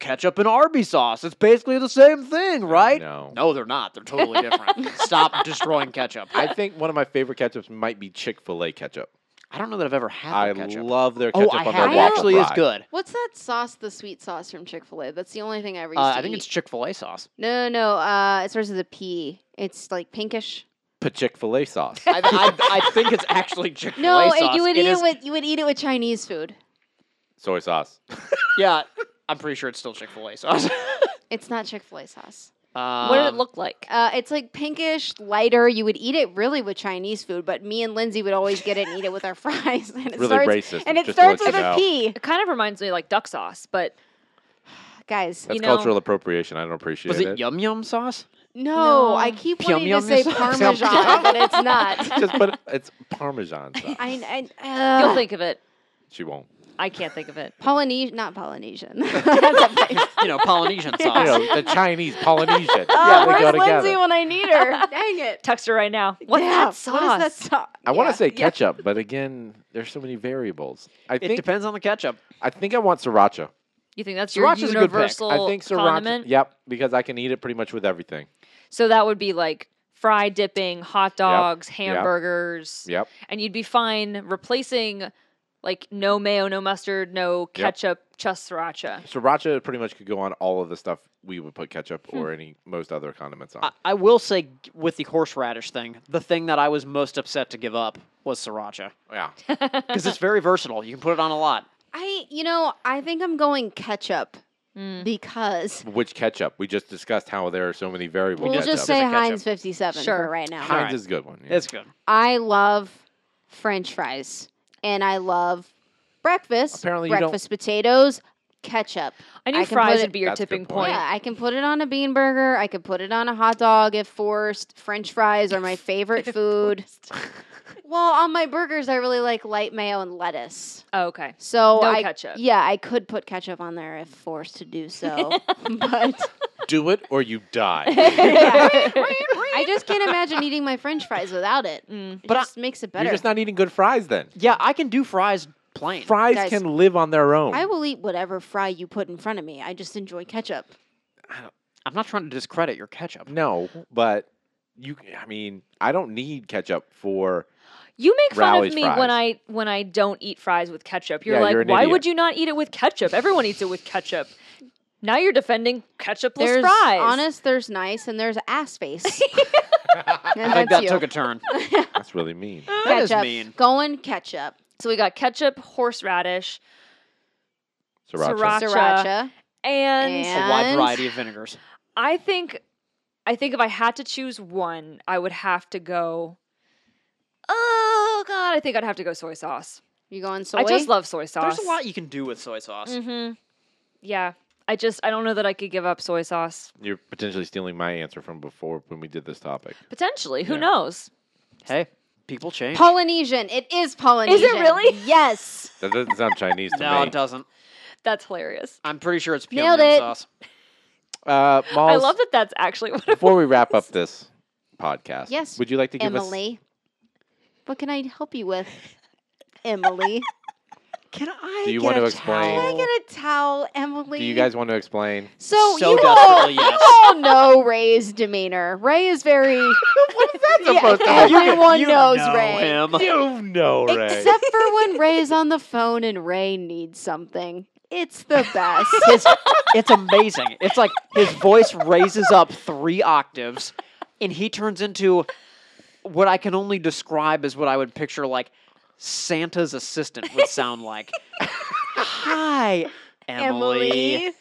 [SPEAKER 5] ketchup and Arby's sauce. It's basically the same thing, right?
[SPEAKER 3] no.
[SPEAKER 5] no, they're not. They're
[SPEAKER 4] [laughs]
[SPEAKER 5] totally different. Stop destroying ketchup. I,
[SPEAKER 3] I think one of my favorite ketchups might be Chick Fil A ketchup.
[SPEAKER 5] I don't know that I've ever had
[SPEAKER 3] I
[SPEAKER 5] their ketchup.
[SPEAKER 3] love their
[SPEAKER 5] oh,
[SPEAKER 3] ketchup
[SPEAKER 5] I
[SPEAKER 3] on
[SPEAKER 5] have.
[SPEAKER 3] their
[SPEAKER 5] It
[SPEAKER 3] waffle
[SPEAKER 5] actually is
[SPEAKER 3] fry.
[SPEAKER 5] good.
[SPEAKER 6] What's that sauce? The sweet sauce from Chick Fil A. That's the only thing I ever used
[SPEAKER 5] Uh,
[SPEAKER 6] to
[SPEAKER 5] I think
[SPEAKER 6] eat.
[SPEAKER 5] it's Chick Fil A [laughs] sauce.
[SPEAKER 6] no, no, no. Uh, it starts with a P. It's like pinkish.
[SPEAKER 3] Put Chick Fil A sauce.
[SPEAKER 5] [laughs] I, I, I think it's actually Chick Fil A
[SPEAKER 6] No,
[SPEAKER 5] sauce.
[SPEAKER 6] it, you would
[SPEAKER 5] It
[SPEAKER 6] eat
[SPEAKER 5] is-
[SPEAKER 6] it with you would eat it with Chinese food.
[SPEAKER 3] Soy sauce.
[SPEAKER 5] Yeah, I'm pretty sure it's still Chick Fil A sauce. [laughs]
[SPEAKER 6] It's not Chick Fil A sauce.
[SPEAKER 4] what did it
[SPEAKER 5] Um,
[SPEAKER 4] look like?
[SPEAKER 6] Uh, it's like pinkish, lighter. You would eat it really with Chinese food, but me and Lindsay would always get it and eat it with our [laughs] fries. And it
[SPEAKER 3] Really
[SPEAKER 6] starts,
[SPEAKER 3] racist,
[SPEAKER 6] And it
[SPEAKER 3] just to
[SPEAKER 6] starts
[SPEAKER 3] let
[SPEAKER 6] with
[SPEAKER 3] you
[SPEAKER 6] a
[SPEAKER 3] know.
[SPEAKER 6] P,
[SPEAKER 4] It kind of reminds me like duck sauce, but
[SPEAKER 6] guys.
[SPEAKER 3] That's
[SPEAKER 4] You know-
[SPEAKER 3] cultural appropriation. I don't appreciate
[SPEAKER 5] Was it yum yum sauce? [laughs]
[SPEAKER 6] No,
[SPEAKER 4] No.
[SPEAKER 6] I keep
[SPEAKER 5] Pyum
[SPEAKER 6] wanting to
[SPEAKER 5] yum
[SPEAKER 6] say
[SPEAKER 5] is- [laughs]
[SPEAKER 6] Parmesan, but it's not.
[SPEAKER 3] Just put it's Parmesan sauce.
[SPEAKER 6] I, I
[SPEAKER 4] you'll
[SPEAKER 6] uh,
[SPEAKER 4] think of it.
[SPEAKER 3] she won't.
[SPEAKER 4] I can't think of it.
[SPEAKER 6] Polynesian,
[SPEAKER 3] [laughs]
[SPEAKER 6] not Polynesian. [laughs] That's a place.
[SPEAKER 5] You know, [laughs] Polynesian
[SPEAKER 3] You
[SPEAKER 5] sauce.
[SPEAKER 3] know, the Chinese Polynesian. they
[SPEAKER 6] Oh,
[SPEAKER 3] go
[SPEAKER 6] where's
[SPEAKER 3] together.
[SPEAKER 6] Lindsay when I need her?
[SPEAKER 3] [laughs]
[SPEAKER 6] Dang it.
[SPEAKER 4] Text her right now. What's
[SPEAKER 6] Yeah,
[SPEAKER 4] that sauce?
[SPEAKER 6] What is that sauce?
[SPEAKER 3] I want
[SPEAKER 6] Yeah.
[SPEAKER 3] to say ketchup, but again, there's so many variables. I
[SPEAKER 5] It
[SPEAKER 3] think
[SPEAKER 5] depends on the ketchup.
[SPEAKER 3] I think I want sriracha.
[SPEAKER 4] You think that's
[SPEAKER 5] Sriracha's a
[SPEAKER 4] your
[SPEAKER 5] good pick. I
[SPEAKER 4] universal
[SPEAKER 3] I think sriracha.
[SPEAKER 4] condiment?
[SPEAKER 3] Yep, because I can eat it pretty much with everything.
[SPEAKER 4] So that would be like fry dipping, hot dogs, hamburgers,
[SPEAKER 3] Yep.
[SPEAKER 4] and you'd be fine replacing like no mayo, no mustard, no ketchup, just sriracha.
[SPEAKER 3] Sriracha pretty much could go on all of the stuff we would put ketchup
[SPEAKER 6] Hmm.
[SPEAKER 3] or any most other condiments on.
[SPEAKER 5] I, I will say g- with the horseradish thing, the thing that I was most upset to give up was [laughs] sriracha
[SPEAKER 3] [laughs] yeah.
[SPEAKER 5] because it's very versatile. You can put it on a lot.
[SPEAKER 6] I, you know, I think I'm going ketchup because
[SPEAKER 3] Which ketchup? We just discussed how there are so many variables.
[SPEAKER 6] we'll just
[SPEAKER 5] There's
[SPEAKER 6] say
[SPEAKER 5] a ketchup.
[SPEAKER 6] Heinz 57
[SPEAKER 4] Sure.
[SPEAKER 6] for right now.
[SPEAKER 3] Heinz
[SPEAKER 5] Alright.
[SPEAKER 3] is a good one. yeah.
[SPEAKER 5] It's good.
[SPEAKER 6] I love French fries and I love breakfast.
[SPEAKER 3] Apparently you don't-
[SPEAKER 6] breakfast potatoes, ketchup.
[SPEAKER 4] I knew
[SPEAKER 6] I can put
[SPEAKER 4] fries
[SPEAKER 6] it-
[SPEAKER 4] would be your
[SPEAKER 3] That's a good
[SPEAKER 4] tipping
[SPEAKER 3] point.
[SPEAKER 4] point.
[SPEAKER 6] Yeah, I can put it on a bean burger. I could put it on a hot dog if forced. French fries are my favorite
[SPEAKER 4] [laughs]
[SPEAKER 6] food. well, on my burgers, I really like light mayo and lettuce.
[SPEAKER 4] Oh, okay.
[SPEAKER 6] So
[SPEAKER 4] No
[SPEAKER 6] I,
[SPEAKER 4] ketchup.
[SPEAKER 6] Yeah, I could put ketchup on there if forced to
[SPEAKER 4] [laughs]
[SPEAKER 6] do so, but
[SPEAKER 3] Do it or you die.
[SPEAKER 6] I just can't imagine eating my French fries without it.
[SPEAKER 4] Mm.
[SPEAKER 6] It
[SPEAKER 5] But I-
[SPEAKER 6] just makes it [laughs] better.
[SPEAKER 3] You're just not eating good fries then.
[SPEAKER 5] Yeah, I can do fries plain.
[SPEAKER 3] Fries
[SPEAKER 6] Guys,
[SPEAKER 3] can live on their own.
[SPEAKER 6] I will eat whatever fry you put in front of me. I just enjoy ketchup.
[SPEAKER 5] I'm not trying to discredit your ketchup.
[SPEAKER 3] no, but you. I mean, I don't need ketchup for.
[SPEAKER 4] You make fun
[SPEAKER 3] Rally's
[SPEAKER 4] of me
[SPEAKER 3] fries.
[SPEAKER 4] when I when I don't eat fries with ketchup. You're
[SPEAKER 3] Yeah,
[SPEAKER 4] like,
[SPEAKER 3] you're an
[SPEAKER 4] why
[SPEAKER 3] idiot."
[SPEAKER 4] would you not eat it with ketchup? Everyone eats it with ketchup. Now you're defending ketchupless
[SPEAKER 6] There's
[SPEAKER 4] fries.
[SPEAKER 6] honest, there's nice, and there's
[SPEAKER 4] [laughs]
[SPEAKER 6] ass face. [laughs] and
[SPEAKER 5] I think
[SPEAKER 6] that's
[SPEAKER 5] that
[SPEAKER 6] you.
[SPEAKER 5] took a turn.
[SPEAKER 3] That's really
[SPEAKER 6] [laughs]
[SPEAKER 3] mean.
[SPEAKER 5] that is
[SPEAKER 6] Ketchup.
[SPEAKER 5] mean.
[SPEAKER 6] Going ketchup.
[SPEAKER 4] So we got ketchup, horseradish,
[SPEAKER 3] Sriracha.
[SPEAKER 4] Sriracha.
[SPEAKER 6] Sriracha.
[SPEAKER 4] And
[SPEAKER 5] [laughs]
[SPEAKER 6] And-
[SPEAKER 5] A wide variety of vinegars.
[SPEAKER 4] I think I think if I had to choose one, I would have to go Oh god, I think I'd have to go soy sauce.
[SPEAKER 6] You going soy?
[SPEAKER 4] I just love soy sauce.
[SPEAKER 5] There's a lot you can do with soy sauce.
[SPEAKER 6] Mm-hmm.
[SPEAKER 4] Mhm. Yeah. I just I don't know that I could give up soy sauce.
[SPEAKER 3] You're potentially stealing my answer from before when we did this topic.
[SPEAKER 4] Potentially, who
[SPEAKER 3] Yeah.
[SPEAKER 4] knows?
[SPEAKER 5] Hey, people change.
[SPEAKER 6] Polynesian. It is Polynesian.
[SPEAKER 4] really?
[SPEAKER 6] Yes.
[SPEAKER 3] That doesn't sound Chinese to
[SPEAKER 5] no,
[SPEAKER 3] me.
[SPEAKER 5] it doesn't.
[SPEAKER 4] That's hilarious.
[SPEAKER 5] I'm pretty sure it's Pyongyang
[SPEAKER 6] Nailed it.
[SPEAKER 5] sauce.
[SPEAKER 3] Uh, Malls,
[SPEAKER 4] I love that that's actually what it
[SPEAKER 3] before we wrap up this podcast,
[SPEAKER 6] Yes,
[SPEAKER 3] would you like to give us?
[SPEAKER 6] Emily. What can I help you with? Emily.
[SPEAKER 5] Can I?
[SPEAKER 3] Do you
[SPEAKER 5] get
[SPEAKER 3] want
[SPEAKER 5] a
[SPEAKER 3] to explain-
[SPEAKER 6] Can I
[SPEAKER 5] towel?
[SPEAKER 6] get a towel, Emily?
[SPEAKER 3] Do you guys want to explain?
[SPEAKER 6] So,
[SPEAKER 5] So
[SPEAKER 6] you all,
[SPEAKER 5] desperately,
[SPEAKER 6] you
[SPEAKER 5] yes.
[SPEAKER 6] all know Ray's demeanor. Ray is very.
[SPEAKER 3] what is that
[SPEAKER 6] supposed to mean? Everyone
[SPEAKER 5] you
[SPEAKER 6] knows
[SPEAKER 5] know
[SPEAKER 6] Ray. [laughs]
[SPEAKER 5] him.
[SPEAKER 3] You know, Ray.
[SPEAKER 6] Except for when Ray is on the phone and Ray needs something. It's the best. His-
[SPEAKER 5] It's amazing. It's like his voice raises up three octaves, and he turns into what I can only describe as what I would picture like Santa's assistant would sound
[SPEAKER 6] [laughs]
[SPEAKER 5] like. Hi, Emily.
[SPEAKER 6] Emily.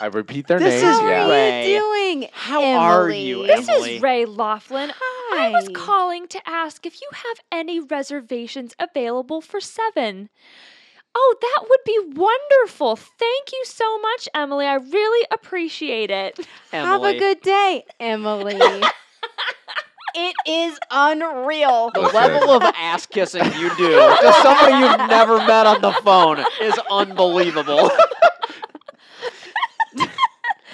[SPEAKER 3] I repeat their
[SPEAKER 5] This
[SPEAKER 3] names.
[SPEAKER 5] is
[SPEAKER 3] yeah.
[SPEAKER 5] Ray.
[SPEAKER 6] How are you doing?
[SPEAKER 5] How are you,
[SPEAKER 6] Emily?
[SPEAKER 4] [laughs] This is
[SPEAKER 5] Emily.
[SPEAKER 4] Ray Laughlin. I was
[SPEAKER 6] Hi.
[SPEAKER 4] calling to ask if you have any reservations available for seven. Oh, that would be wonderful. Thank you so much, Emily. I really appreciate it. [laughs]
[SPEAKER 6] Have a
[SPEAKER 5] Emily.
[SPEAKER 6] good day, Emily. [laughs] it is unreal.
[SPEAKER 5] The
[SPEAKER 3] Listen.
[SPEAKER 5] level of ass kissing you do to somebody you've never met on the phone is unbelievable.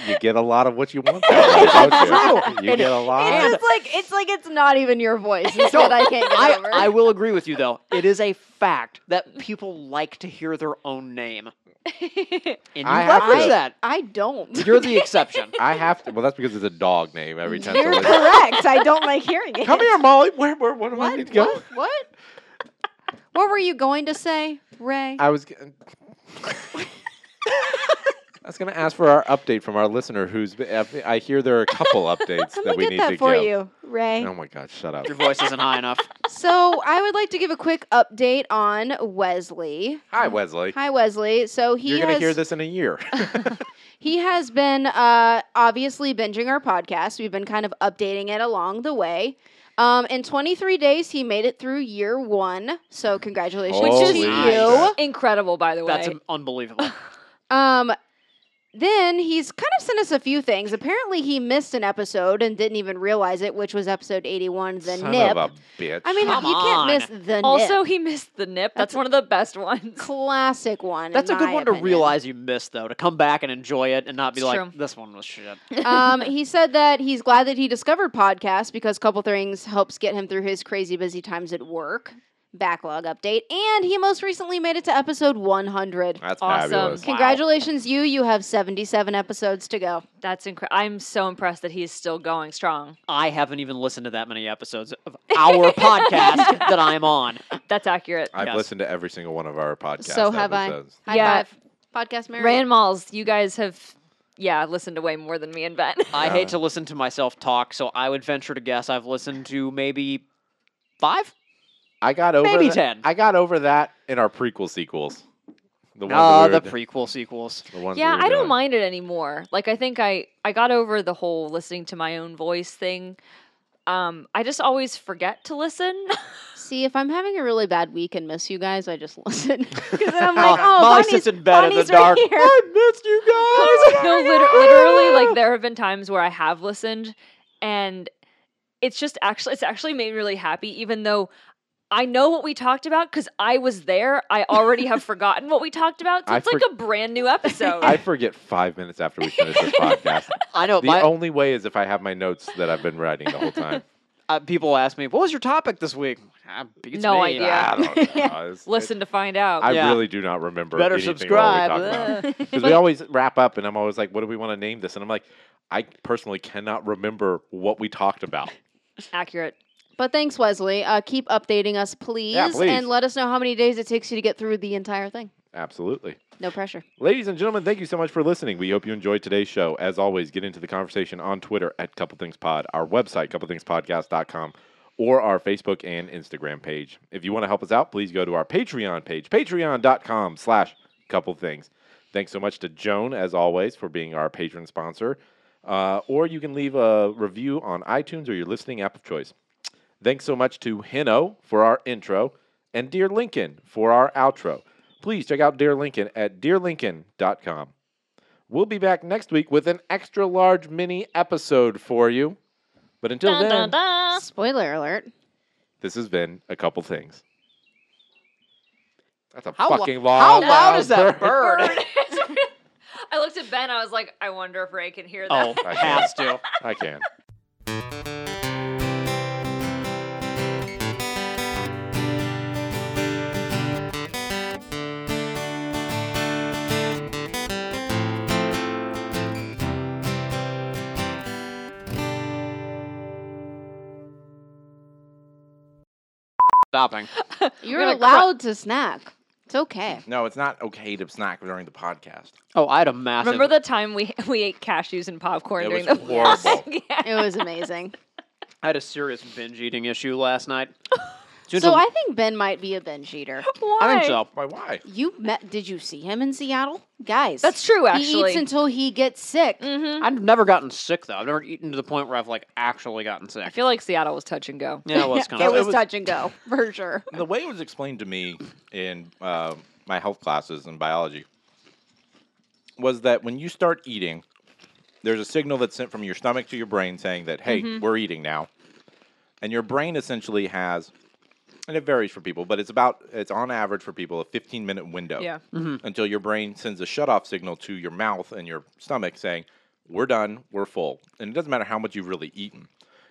[SPEAKER 3] You get a lot of what you want.
[SPEAKER 6] [laughs]
[SPEAKER 3] don't you? you
[SPEAKER 5] And-
[SPEAKER 3] get a lot.
[SPEAKER 6] It's
[SPEAKER 5] And-
[SPEAKER 6] just like it's like it's not even your voice. [laughs] It's what I can't get
[SPEAKER 5] I,
[SPEAKER 6] over.
[SPEAKER 5] I will agree with you though. It is a fact that people like to hear their own
[SPEAKER 6] [laughs]
[SPEAKER 5] name. And you
[SPEAKER 3] I have
[SPEAKER 5] leverage
[SPEAKER 3] to-
[SPEAKER 5] that.
[SPEAKER 6] I don't. [laughs]
[SPEAKER 5] You're the exception.
[SPEAKER 3] I have to. Well, that's because it's a dog name every time.
[SPEAKER 6] You're
[SPEAKER 3] somebody-
[SPEAKER 6] correct. I don't
[SPEAKER 3] [laughs]
[SPEAKER 6] like hearing it.
[SPEAKER 3] Come here, Molly. Where, where, where do I need to
[SPEAKER 6] What?
[SPEAKER 3] go?
[SPEAKER 6] What? What? What were you going to say, Ray?
[SPEAKER 3] I was. g- I was going to ask for our update from our listener, who's. been- I I hear there are a
[SPEAKER 6] [laughs]
[SPEAKER 3] couple updates
[SPEAKER 6] Let
[SPEAKER 3] that we
[SPEAKER 6] me
[SPEAKER 3] need
[SPEAKER 6] get that
[SPEAKER 3] to
[SPEAKER 6] for
[SPEAKER 3] give.
[SPEAKER 6] you, Ray.
[SPEAKER 3] Oh my God! Shut up.
[SPEAKER 5] Your voice isn't high enough.
[SPEAKER 6] So I would like to give a quick update on Wesley.
[SPEAKER 3] Hi, Wesley.
[SPEAKER 6] Hi, Wesley. So he
[SPEAKER 3] You're going to
[SPEAKER 6] has,
[SPEAKER 3] hear this in a year.
[SPEAKER 6] He has been uh, obviously binging our podcast. We've been kind of updating it along the way. Um, in 23 days, he made it through year one. So congratulations
[SPEAKER 3] Which
[SPEAKER 5] Oh,
[SPEAKER 6] to
[SPEAKER 3] is
[SPEAKER 6] you.
[SPEAKER 3] nice.
[SPEAKER 4] Incredible, by the way.
[SPEAKER 5] That's um, unbelievable.
[SPEAKER 6] Um, then he's kind of sent us a few things. Apparently, he missed an episode and didn't even realize it, which was episode 81, the
[SPEAKER 3] Son
[SPEAKER 6] nip.
[SPEAKER 3] of a bitch.
[SPEAKER 6] I mean,
[SPEAKER 5] Come
[SPEAKER 6] you
[SPEAKER 5] on.
[SPEAKER 6] can't miss the
[SPEAKER 4] also,
[SPEAKER 6] nip.
[SPEAKER 4] he missed the nip. That's, one of the best ones.
[SPEAKER 6] classic one. in
[SPEAKER 5] That's a good
[SPEAKER 6] my
[SPEAKER 5] one to
[SPEAKER 6] opinion.
[SPEAKER 5] realize you missed though, to come back and enjoy it and not be
[SPEAKER 4] It's
[SPEAKER 5] like,
[SPEAKER 4] true.
[SPEAKER 5] this one was shit.
[SPEAKER 6] um, he said that he's glad that he discovered podcasts because couple things helps get him through his crazy busy times at work. Backlog update, and he most recently made it to episode 100.
[SPEAKER 3] that's
[SPEAKER 4] Awesome.
[SPEAKER 3] fabulous.
[SPEAKER 6] Congratulations, you! You have 77 episodes to go.
[SPEAKER 4] [laughs] That's incredible. I'm so impressed that he's still going strong.
[SPEAKER 5] I haven't even listened to that many episodes of
[SPEAKER 6] [laughs]
[SPEAKER 5] our podcast that I'm on.
[SPEAKER 4] That's accurate.
[SPEAKER 3] I've
[SPEAKER 5] Yes.
[SPEAKER 3] listened to every single one of our podcasts.
[SPEAKER 6] So have I.
[SPEAKER 3] episodes.
[SPEAKER 6] High
[SPEAKER 4] Yeah.
[SPEAKER 6] five. Podcast Mary.
[SPEAKER 4] Ray and Malls, you guys have, yeah, listened to way more than me and Ben. [laughs]
[SPEAKER 5] I
[SPEAKER 3] Yeah.
[SPEAKER 5] hate to listen to myself talk, so I would venture to guess I've listened to maybe five.
[SPEAKER 3] I got over
[SPEAKER 5] Maybe
[SPEAKER 3] that-
[SPEAKER 5] 10.
[SPEAKER 3] I got over that in our prequel sequels. Uh, The ones
[SPEAKER 5] Ah,
[SPEAKER 3] that we
[SPEAKER 5] the
[SPEAKER 3] were-
[SPEAKER 5] prequel sequels.
[SPEAKER 3] the ones
[SPEAKER 4] yeah,
[SPEAKER 3] we were
[SPEAKER 4] I don't
[SPEAKER 3] doing.
[SPEAKER 4] mind it anymore. Like I think I I got over the whole listening to my own voice thing. Um, I just always forget to listen.
[SPEAKER 6] See, if I'm having a really bad week and miss you guys, I just [laughs] listen.
[SPEAKER 3] [laughs]
[SPEAKER 6] Because then I'm
[SPEAKER 5] Oh,
[SPEAKER 6] like, oh,
[SPEAKER 5] Molly
[SPEAKER 6] Bonnie's,
[SPEAKER 5] sits in bed in the
[SPEAKER 6] Bonnie's
[SPEAKER 5] dark.
[SPEAKER 6] Right here.
[SPEAKER 5] I missed you
[SPEAKER 4] [laughs]
[SPEAKER 5] guys.
[SPEAKER 4] no, lit- literally, like there have been times where I have listened, and it's just actually it's actually made me really happy, even though. I know what we talked about because I was there. I already [laughs] have forgotten what we talked about. So
[SPEAKER 3] I
[SPEAKER 4] it's like
[SPEAKER 3] for-
[SPEAKER 4] a brand new
[SPEAKER 3] [laughs]
[SPEAKER 4] episode.
[SPEAKER 3] I forget five minutes after we finish
[SPEAKER 6] [laughs]
[SPEAKER 3] this podcast.
[SPEAKER 5] I know.
[SPEAKER 3] The
[SPEAKER 5] my-
[SPEAKER 3] only way is if I have my notes that I've been writing the whole
[SPEAKER 5] [laughs]
[SPEAKER 3] time.
[SPEAKER 5] uh, people ask me, "What was your topic this week?" Ah, beats
[SPEAKER 4] No
[SPEAKER 5] me.
[SPEAKER 4] idea. Yeah.
[SPEAKER 3] I
[SPEAKER 6] [laughs]
[SPEAKER 3] don't know. It's-
[SPEAKER 4] Listen to find out.
[SPEAKER 3] I
[SPEAKER 5] Yeah.
[SPEAKER 3] really do not remember.
[SPEAKER 5] Better
[SPEAKER 3] anything
[SPEAKER 5] subscribe. [laughs]
[SPEAKER 3] Because we always wrap up, and I'm always like, "What do we want to name this?" And I'm like, I personally cannot remember what we talked about.
[SPEAKER 4] Accurate.
[SPEAKER 6] But thanks, Wesley. Uh, keep updating us, please,
[SPEAKER 3] please.
[SPEAKER 6] and let us know how many days it takes you to get through the entire thing.
[SPEAKER 3] Absolutely.
[SPEAKER 6] No pressure.
[SPEAKER 3] Ladies and gentlemen, thank you so much for listening. We hope you enjoyed today's show. As always, get into the conversation on Twitter at Couple Things Pod, our website, couplethingspodcast.com, or our Facebook and Instagram page. If you want to help us out, please go to our Patreon page, patreon.com slash couple things. Thanks so much to Joan, as always, for being our patron sponsor. Uh, or you can leave a review on iTunes or your listening app of choice. Thanks so much to Hino for our intro and Dear Lincoln for our outro. Please check out Dear Lincoln at dearlincoln.com. We'll be back next week with an extra large mini episode for you. But until
[SPEAKER 4] Dun,
[SPEAKER 3] then,
[SPEAKER 4] dun, dun.
[SPEAKER 6] Spoiler alert.
[SPEAKER 3] this has been a couple things. That's a
[SPEAKER 5] How lo-
[SPEAKER 3] fucking
[SPEAKER 5] How
[SPEAKER 3] long.
[SPEAKER 5] loud is that bird?
[SPEAKER 4] Bird. [laughs] I looked at Ben. I was like, I wonder if Ray can hear
[SPEAKER 3] [laughs]
[SPEAKER 5] Oh,
[SPEAKER 4] that.
[SPEAKER 3] I
[SPEAKER 5] has
[SPEAKER 3] can't.
[SPEAKER 5] to.
[SPEAKER 3] I can.
[SPEAKER 5] Stopping.
[SPEAKER 6] You're
[SPEAKER 4] gonna cru-
[SPEAKER 6] allowed to snack. It's okay.
[SPEAKER 3] No, it's not okay to snack during the podcast.
[SPEAKER 5] Oh, I had a
[SPEAKER 4] [laughs]
[SPEAKER 5] massive.
[SPEAKER 4] Remember the time we [laughs] we ate cashews and popcorn
[SPEAKER 3] It
[SPEAKER 4] during
[SPEAKER 3] was
[SPEAKER 4] the [laughs]
[SPEAKER 3] horrible.
[SPEAKER 4] yeah.
[SPEAKER 6] It was [laughs] amazing.
[SPEAKER 5] I had a serious binge eating issue last night. Soon
[SPEAKER 6] so
[SPEAKER 5] to-
[SPEAKER 6] I think Ben might be a binge eater.
[SPEAKER 4] Why?
[SPEAKER 5] I think so.
[SPEAKER 3] Why? Why?
[SPEAKER 6] You met? Did you see him in Seattle, guys?
[SPEAKER 4] That's true,
[SPEAKER 6] He
[SPEAKER 4] actually.
[SPEAKER 6] eats until he gets sick.
[SPEAKER 5] I've never gotten sick though. I've never eaten to the point where I've like actually gotten sick.
[SPEAKER 4] I feel like Seattle was touch and go.
[SPEAKER 5] yeah,
[SPEAKER 6] [laughs]
[SPEAKER 5] well, it's kind
[SPEAKER 6] it
[SPEAKER 5] of
[SPEAKER 6] was,
[SPEAKER 3] it was-
[SPEAKER 6] touch and go for sure.
[SPEAKER 3] [laughs] The way it was explained to me in uh, my health classes in biology was that when you start eating, there's a signal that's sent from your stomach to your brain saying that, hey, we're eating now. And your brain essentially has, and it varies for people, but it's about, it's on average for people a 15 minute window
[SPEAKER 4] Yeah.
[SPEAKER 3] until your brain sends a shutoff signal to your mouth and your stomach saying, we're done, we're full. And it doesn't matter how much you've really eaten.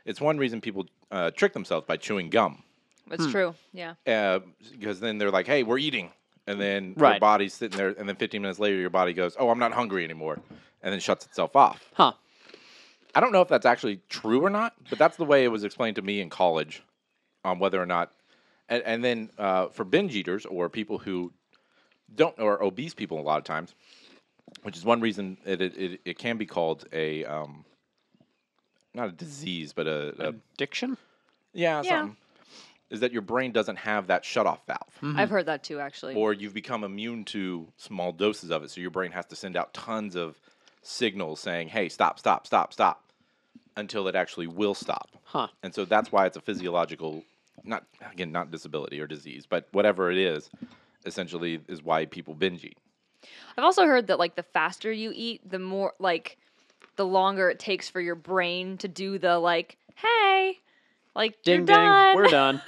[SPEAKER 3] It's one reason people uh, trick themselves by chewing gum Hmm.
[SPEAKER 4] That's true. Yeah.
[SPEAKER 3] uh, because then they're like, "Hey, we're eating," and then your
[SPEAKER 5] Right.
[SPEAKER 3] body's sitting there, and then 15 minutes later, your body goes, "Oh, I'm not hungry anymore," and then shuts itself off.
[SPEAKER 5] huh.
[SPEAKER 3] I don't know if that's actually true or not, but that's the way it was explained to me in college on whether or not. And, and then uh, for binge eaters or people who don't or obese people, a lot of times, which is one reason it it, it, it can be called a um, not a disease, but a, a
[SPEAKER 5] Addiction?
[SPEAKER 3] yeah,
[SPEAKER 4] Yeah.
[SPEAKER 3] something. Is that your brain doesn't have that shutoff valve?
[SPEAKER 5] Hmm.
[SPEAKER 4] I've heard that too, actually.
[SPEAKER 3] or you've become immune to small doses of it. So your brain has to send out tons of signals saying, hey, stop, stop, stop, stop, until it actually will stop.
[SPEAKER 5] Huh.
[SPEAKER 3] And so that's why it's a physiological, not again, not disability or disease, but whatever it is, essentially is why people binge eat.
[SPEAKER 4] I've also heard that like the faster you eat, the more like the longer it takes for your brain to do the like, hey, like you're
[SPEAKER 5] Ding ding.
[SPEAKER 4] done. [laughs]
[SPEAKER 5] We're
[SPEAKER 6] [laughs]
[SPEAKER 5] done.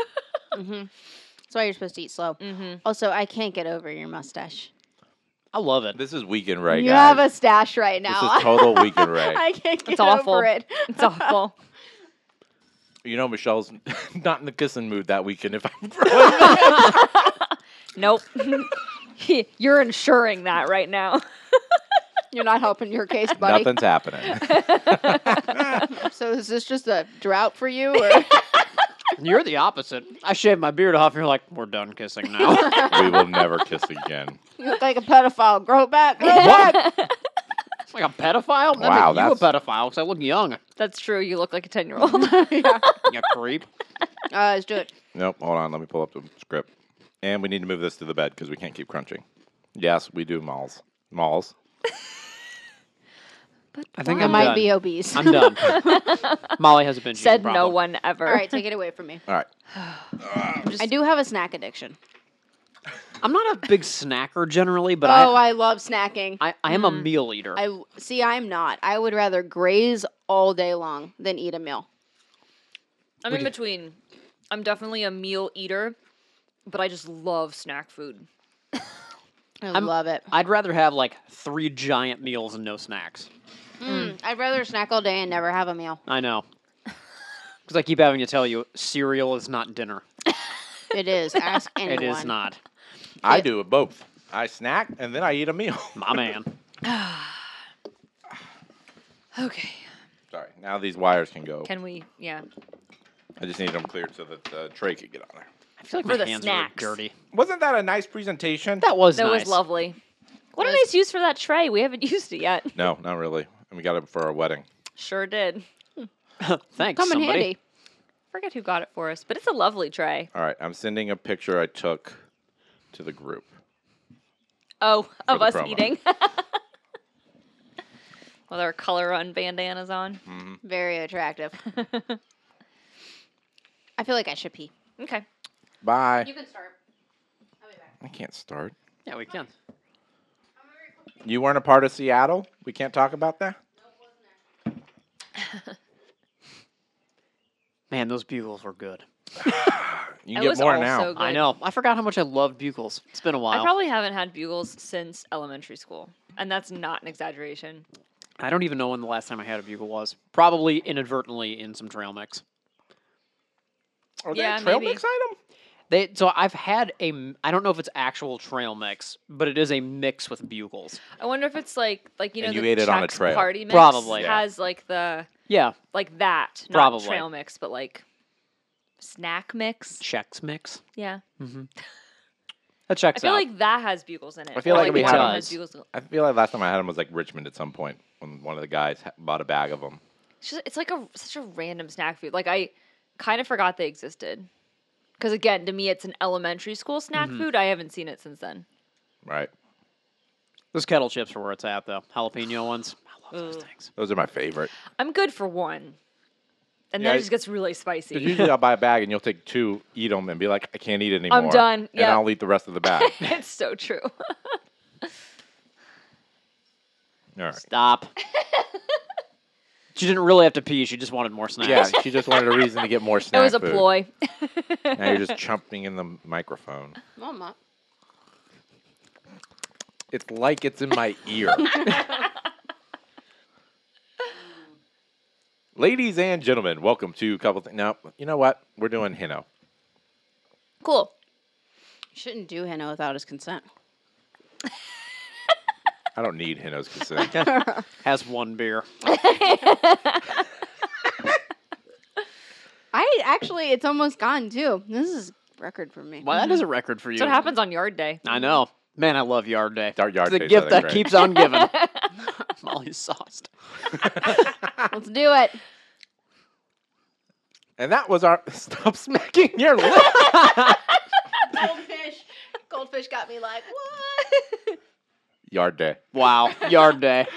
[SPEAKER 6] That's why you're supposed to eat slow. Also, I can't get over your mustache.
[SPEAKER 5] I love it.
[SPEAKER 3] This is weekend, right?
[SPEAKER 6] you
[SPEAKER 3] guys.
[SPEAKER 6] have a stash right
[SPEAKER 3] this
[SPEAKER 6] now.
[SPEAKER 3] is total weekend, right?
[SPEAKER 6] [laughs] I can't get
[SPEAKER 4] It's awful.
[SPEAKER 6] over it.
[SPEAKER 4] It's awful.
[SPEAKER 3] You know, Michelle's [laughs] not in the kissing mood that weekend. [laughs] If I'm right.
[SPEAKER 4] Nope. [laughs] You're ensuring that right now. [laughs]
[SPEAKER 6] You're not helping your
[SPEAKER 5] [laughs]
[SPEAKER 6] case, buddy.
[SPEAKER 3] nothing's happening.
[SPEAKER 6] So is this just a drought for you? Or? [laughs]
[SPEAKER 5] You're the opposite. I shaved my beard off, and you're like, "We're done kissing
[SPEAKER 6] [laughs]
[SPEAKER 5] now."
[SPEAKER 3] we will never kiss again.
[SPEAKER 6] You look like a pedophile. Grow back. Grow [laughs] back.
[SPEAKER 5] like a pedophile? That
[SPEAKER 3] Wow,
[SPEAKER 5] make you a
[SPEAKER 3] that's-
[SPEAKER 5] pedophile because I look young.
[SPEAKER 4] That's true. You look like a 10 year
[SPEAKER 5] [laughs]
[SPEAKER 4] old.
[SPEAKER 5] You creep.
[SPEAKER 6] Uh, let's do it.
[SPEAKER 3] Nope. Hold on. Let me pull up the script. And we need to move this to the bed because we can't keep crunching. Yes, we do malls. Malls.
[SPEAKER 5] [laughs] I think
[SPEAKER 6] I
[SPEAKER 5] I'm
[SPEAKER 6] might
[SPEAKER 5] done.
[SPEAKER 6] be obese.
[SPEAKER 5] [laughs] I'm
[SPEAKER 6] [laughs]
[SPEAKER 5] done. Molly has a binge
[SPEAKER 4] Said
[SPEAKER 5] eating
[SPEAKER 4] no
[SPEAKER 5] problem.
[SPEAKER 4] one ever.
[SPEAKER 6] All right, take it away from me.
[SPEAKER 3] All right.
[SPEAKER 6] I do have a snack addiction.
[SPEAKER 5] I'm not a big snacker generally, but
[SPEAKER 6] oh,
[SPEAKER 5] I,
[SPEAKER 6] I love snacking.
[SPEAKER 5] I I am a meal eater.
[SPEAKER 6] I see. I'm not. I would rather graze all day long than eat a meal.
[SPEAKER 4] I'm in between. I'm definitely a meal eater, but I just love snack food.
[SPEAKER 6] I love it.
[SPEAKER 5] I'd rather have like three giant meals and no snacks.
[SPEAKER 6] Mm, I'd rather snack all day and never have a meal.
[SPEAKER 5] I know.
[SPEAKER 6] [laughs]
[SPEAKER 5] Because I keep having to tell you, cereal is not dinner. [laughs]
[SPEAKER 6] It is. Ask
[SPEAKER 5] It
[SPEAKER 6] anyone.
[SPEAKER 5] is not.
[SPEAKER 3] I do it both. I snack and then I eat a meal. [laughs]
[SPEAKER 5] My man.
[SPEAKER 4] Okay.
[SPEAKER 3] Sorry. Now these wires can go.
[SPEAKER 4] Can we? Yeah.
[SPEAKER 3] I just need them cleared so that the tray could get on there.
[SPEAKER 5] I feel like
[SPEAKER 4] [laughs] For
[SPEAKER 5] my
[SPEAKER 4] the
[SPEAKER 5] hands
[SPEAKER 4] snacks.
[SPEAKER 5] are dirty.
[SPEAKER 3] Wasn't that a nice presentation?
[SPEAKER 5] That was
[SPEAKER 4] That
[SPEAKER 5] nice.
[SPEAKER 4] was [laughs] lovely. What a
[SPEAKER 6] Was-
[SPEAKER 4] nice use for that tray. We haven't [laughs] used it yet.
[SPEAKER 3] No, not really. And we got it for our wedding.
[SPEAKER 4] Sure did.
[SPEAKER 5] Thanks,
[SPEAKER 6] Come in
[SPEAKER 5] somebody.
[SPEAKER 6] handy.
[SPEAKER 4] Forget who got it for us, but it's a lovely tray.
[SPEAKER 3] All right. I'm sending a picture I took to the group.
[SPEAKER 4] Oh, of
[SPEAKER 3] the
[SPEAKER 4] us
[SPEAKER 3] promo.
[SPEAKER 4] eating. [laughs] With our color on bandanas on.
[SPEAKER 3] Mm-hmm.
[SPEAKER 6] Very
[SPEAKER 5] [laughs]
[SPEAKER 6] attractive. I feel like I should pee.
[SPEAKER 4] Okay.
[SPEAKER 3] Bye.
[SPEAKER 6] can start. I'll be back.
[SPEAKER 3] I can't start.
[SPEAKER 5] Yeah, we can.
[SPEAKER 3] You weren't a part of Seattle. We can't talk about that.
[SPEAKER 5] Man, those bugles were good.
[SPEAKER 3] You
[SPEAKER 4] I
[SPEAKER 3] can get
[SPEAKER 4] was
[SPEAKER 3] more
[SPEAKER 4] also
[SPEAKER 3] now.
[SPEAKER 4] good.
[SPEAKER 5] I know. I forgot how much I loved bugles. It's been a while.
[SPEAKER 4] I probably haven't had bugles since elementary school. And that's not an exaggeration.
[SPEAKER 5] I don't even know when the last time I had a bugle was. Probably inadvertently in some trail mix.
[SPEAKER 3] Are they
[SPEAKER 4] Yeah,
[SPEAKER 3] a Oh, trail
[SPEAKER 4] maybe.
[SPEAKER 3] mix item?
[SPEAKER 5] They so I've had a m- I don't know if it's actual trail mix, but it is a mix with bugles.
[SPEAKER 4] I wonder if it's like like you know
[SPEAKER 3] And
[SPEAKER 4] the
[SPEAKER 3] you ate it on a
[SPEAKER 4] Chex
[SPEAKER 3] trail.
[SPEAKER 4] party mix
[SPEAKER 5] Probably.
[SPEAKER 3] Yeah.
[SPEAKER 4] has like the
[SPEAKER 5] Yeah,
[SPEAKER 4] like that not
[SPEAKER 5] Probably.
[SPEAKER 4] trail mix but like snack mix.
[SPEAKER 5] Chex mix.
[SPEAKER 4] Yeah.
[SPEAKER 5] That checks
[SPEAKER 4] I feel
[SPEAKER 5] out.
[SPEAKER 4] like that has bugles in it.
[SPEAKER 3] I feel
[SPEAKER 4] or,
[SPEAKER 3] like we
[SPEAKER 4] Walmart
[SPEAKER 5] had-
[SPEAKER 4] has bugles. in it.
[SPEAKER 3] I feel like last time I had them was like Richmond at some point when one of the guys ha- bought a bag of them.
[SPEAKER 4] It's, just, it's like a such a random snack food. Like I kind of forgot they existed. Because again, to me, it's an elementary school snack
[SPEAKER 3] Mm-hmm.
[SPEAKER 4] food. I haven't seen it since then.
[SPEAKER 3] Right.
[SPEAKER 5] Those kettle chips are where it's at though. Jalapeno ones. I love those
[SPEAKER 4] Ugh.
[SPEAKER 5] things.
[SPEAKER 3] Those are my favorite.
[SPEAKER 4] I'm good for one, and
[SPEAKER 3] Yeah,
[SPEAKER 4] then
[SPEAKER 3] I-
[SPEAKER 4] it just gets really
[SPEAKER 3] [laughs]
[SPEAKER 4] spicy.
[SPEAKER 3] 'Cause usually I'll buy a bag and you'll take two, eat them, and be like, I can't eat anymore.
[SPEAKER 4] done.
[SPEAKER 3] And
[SPEAKER 4] Yeah.
[SPEAKER 3] I'll eat the rest of the
[SPEAKER 4] [laughs]
[SPEAKER 3] bag.
[SPEAKER 4] it's so true.
[SPEAKER 3] All right.
[SPEAKER 4] [laughs]
[SPEAKER 5] Stop. she didn't really have to pee. She just wanted more snacks.
[SPEAKER 3] Yeah, she just wanted a reason to get more
[SPEAKER 4] [laughs] it
[SPEAKER 3] snack
[SPEAKER 4] was a
[SPEAKER 3] food.
[SPEAKER 4] ploy.
[SPEAKER 3] Now you're just chomping in the microphone.
[SPEAKER 6] Mama.
[SPEAKER 3] It's like it's in my
[SPEAKER 4] [laughs]
[SPEAKER 3] ear. Ladies and gentlemen, welcome to couple. Th- no, you know what? We're doing Hino.
[SPEAKER 4] cool.
[SPEAKER 6] You shouldn't do henna without his consent.
[SPEAKER 3] I don't need Hino's consent.
[SPEAKER 5] Has one beer.
[SPEAKER 6] I actually, it's almost gone too. This is record for me.
[SPEAKER 5] Well, that is a record for you.
[SPEAKER 4] Mm-hmm. That's what happens on yard day.
[SPEAKER 5] I know. Man, I love Yard Day.
[SPEAKER 3] Our yard
[SPEAKER 5] it's the
[SPEAKER 3] days, I
[SPEAKER 5] gift
[SPEAKER 3] think,
[SPEAKER 5] that
[SPEAKER 3] right?
[SPEAKER 5] keeps on giving.
[SPEAKER 4] [laughs]
[SPEAKER 5] [laughs] Molly's sauced.
[SPEAKER 6] Let's
[SPEAKER 5] [laughs]
[SPEAKER 6] do it.
[SPEAKER 3] and that was our. [laughs] Stop smacking your lip.
[SPEAKER 6] Goldfish. Goldfish got me like, what?
[SPEAKER 3] Yard day.
[SPEAKER 5] Wow, Yard Day.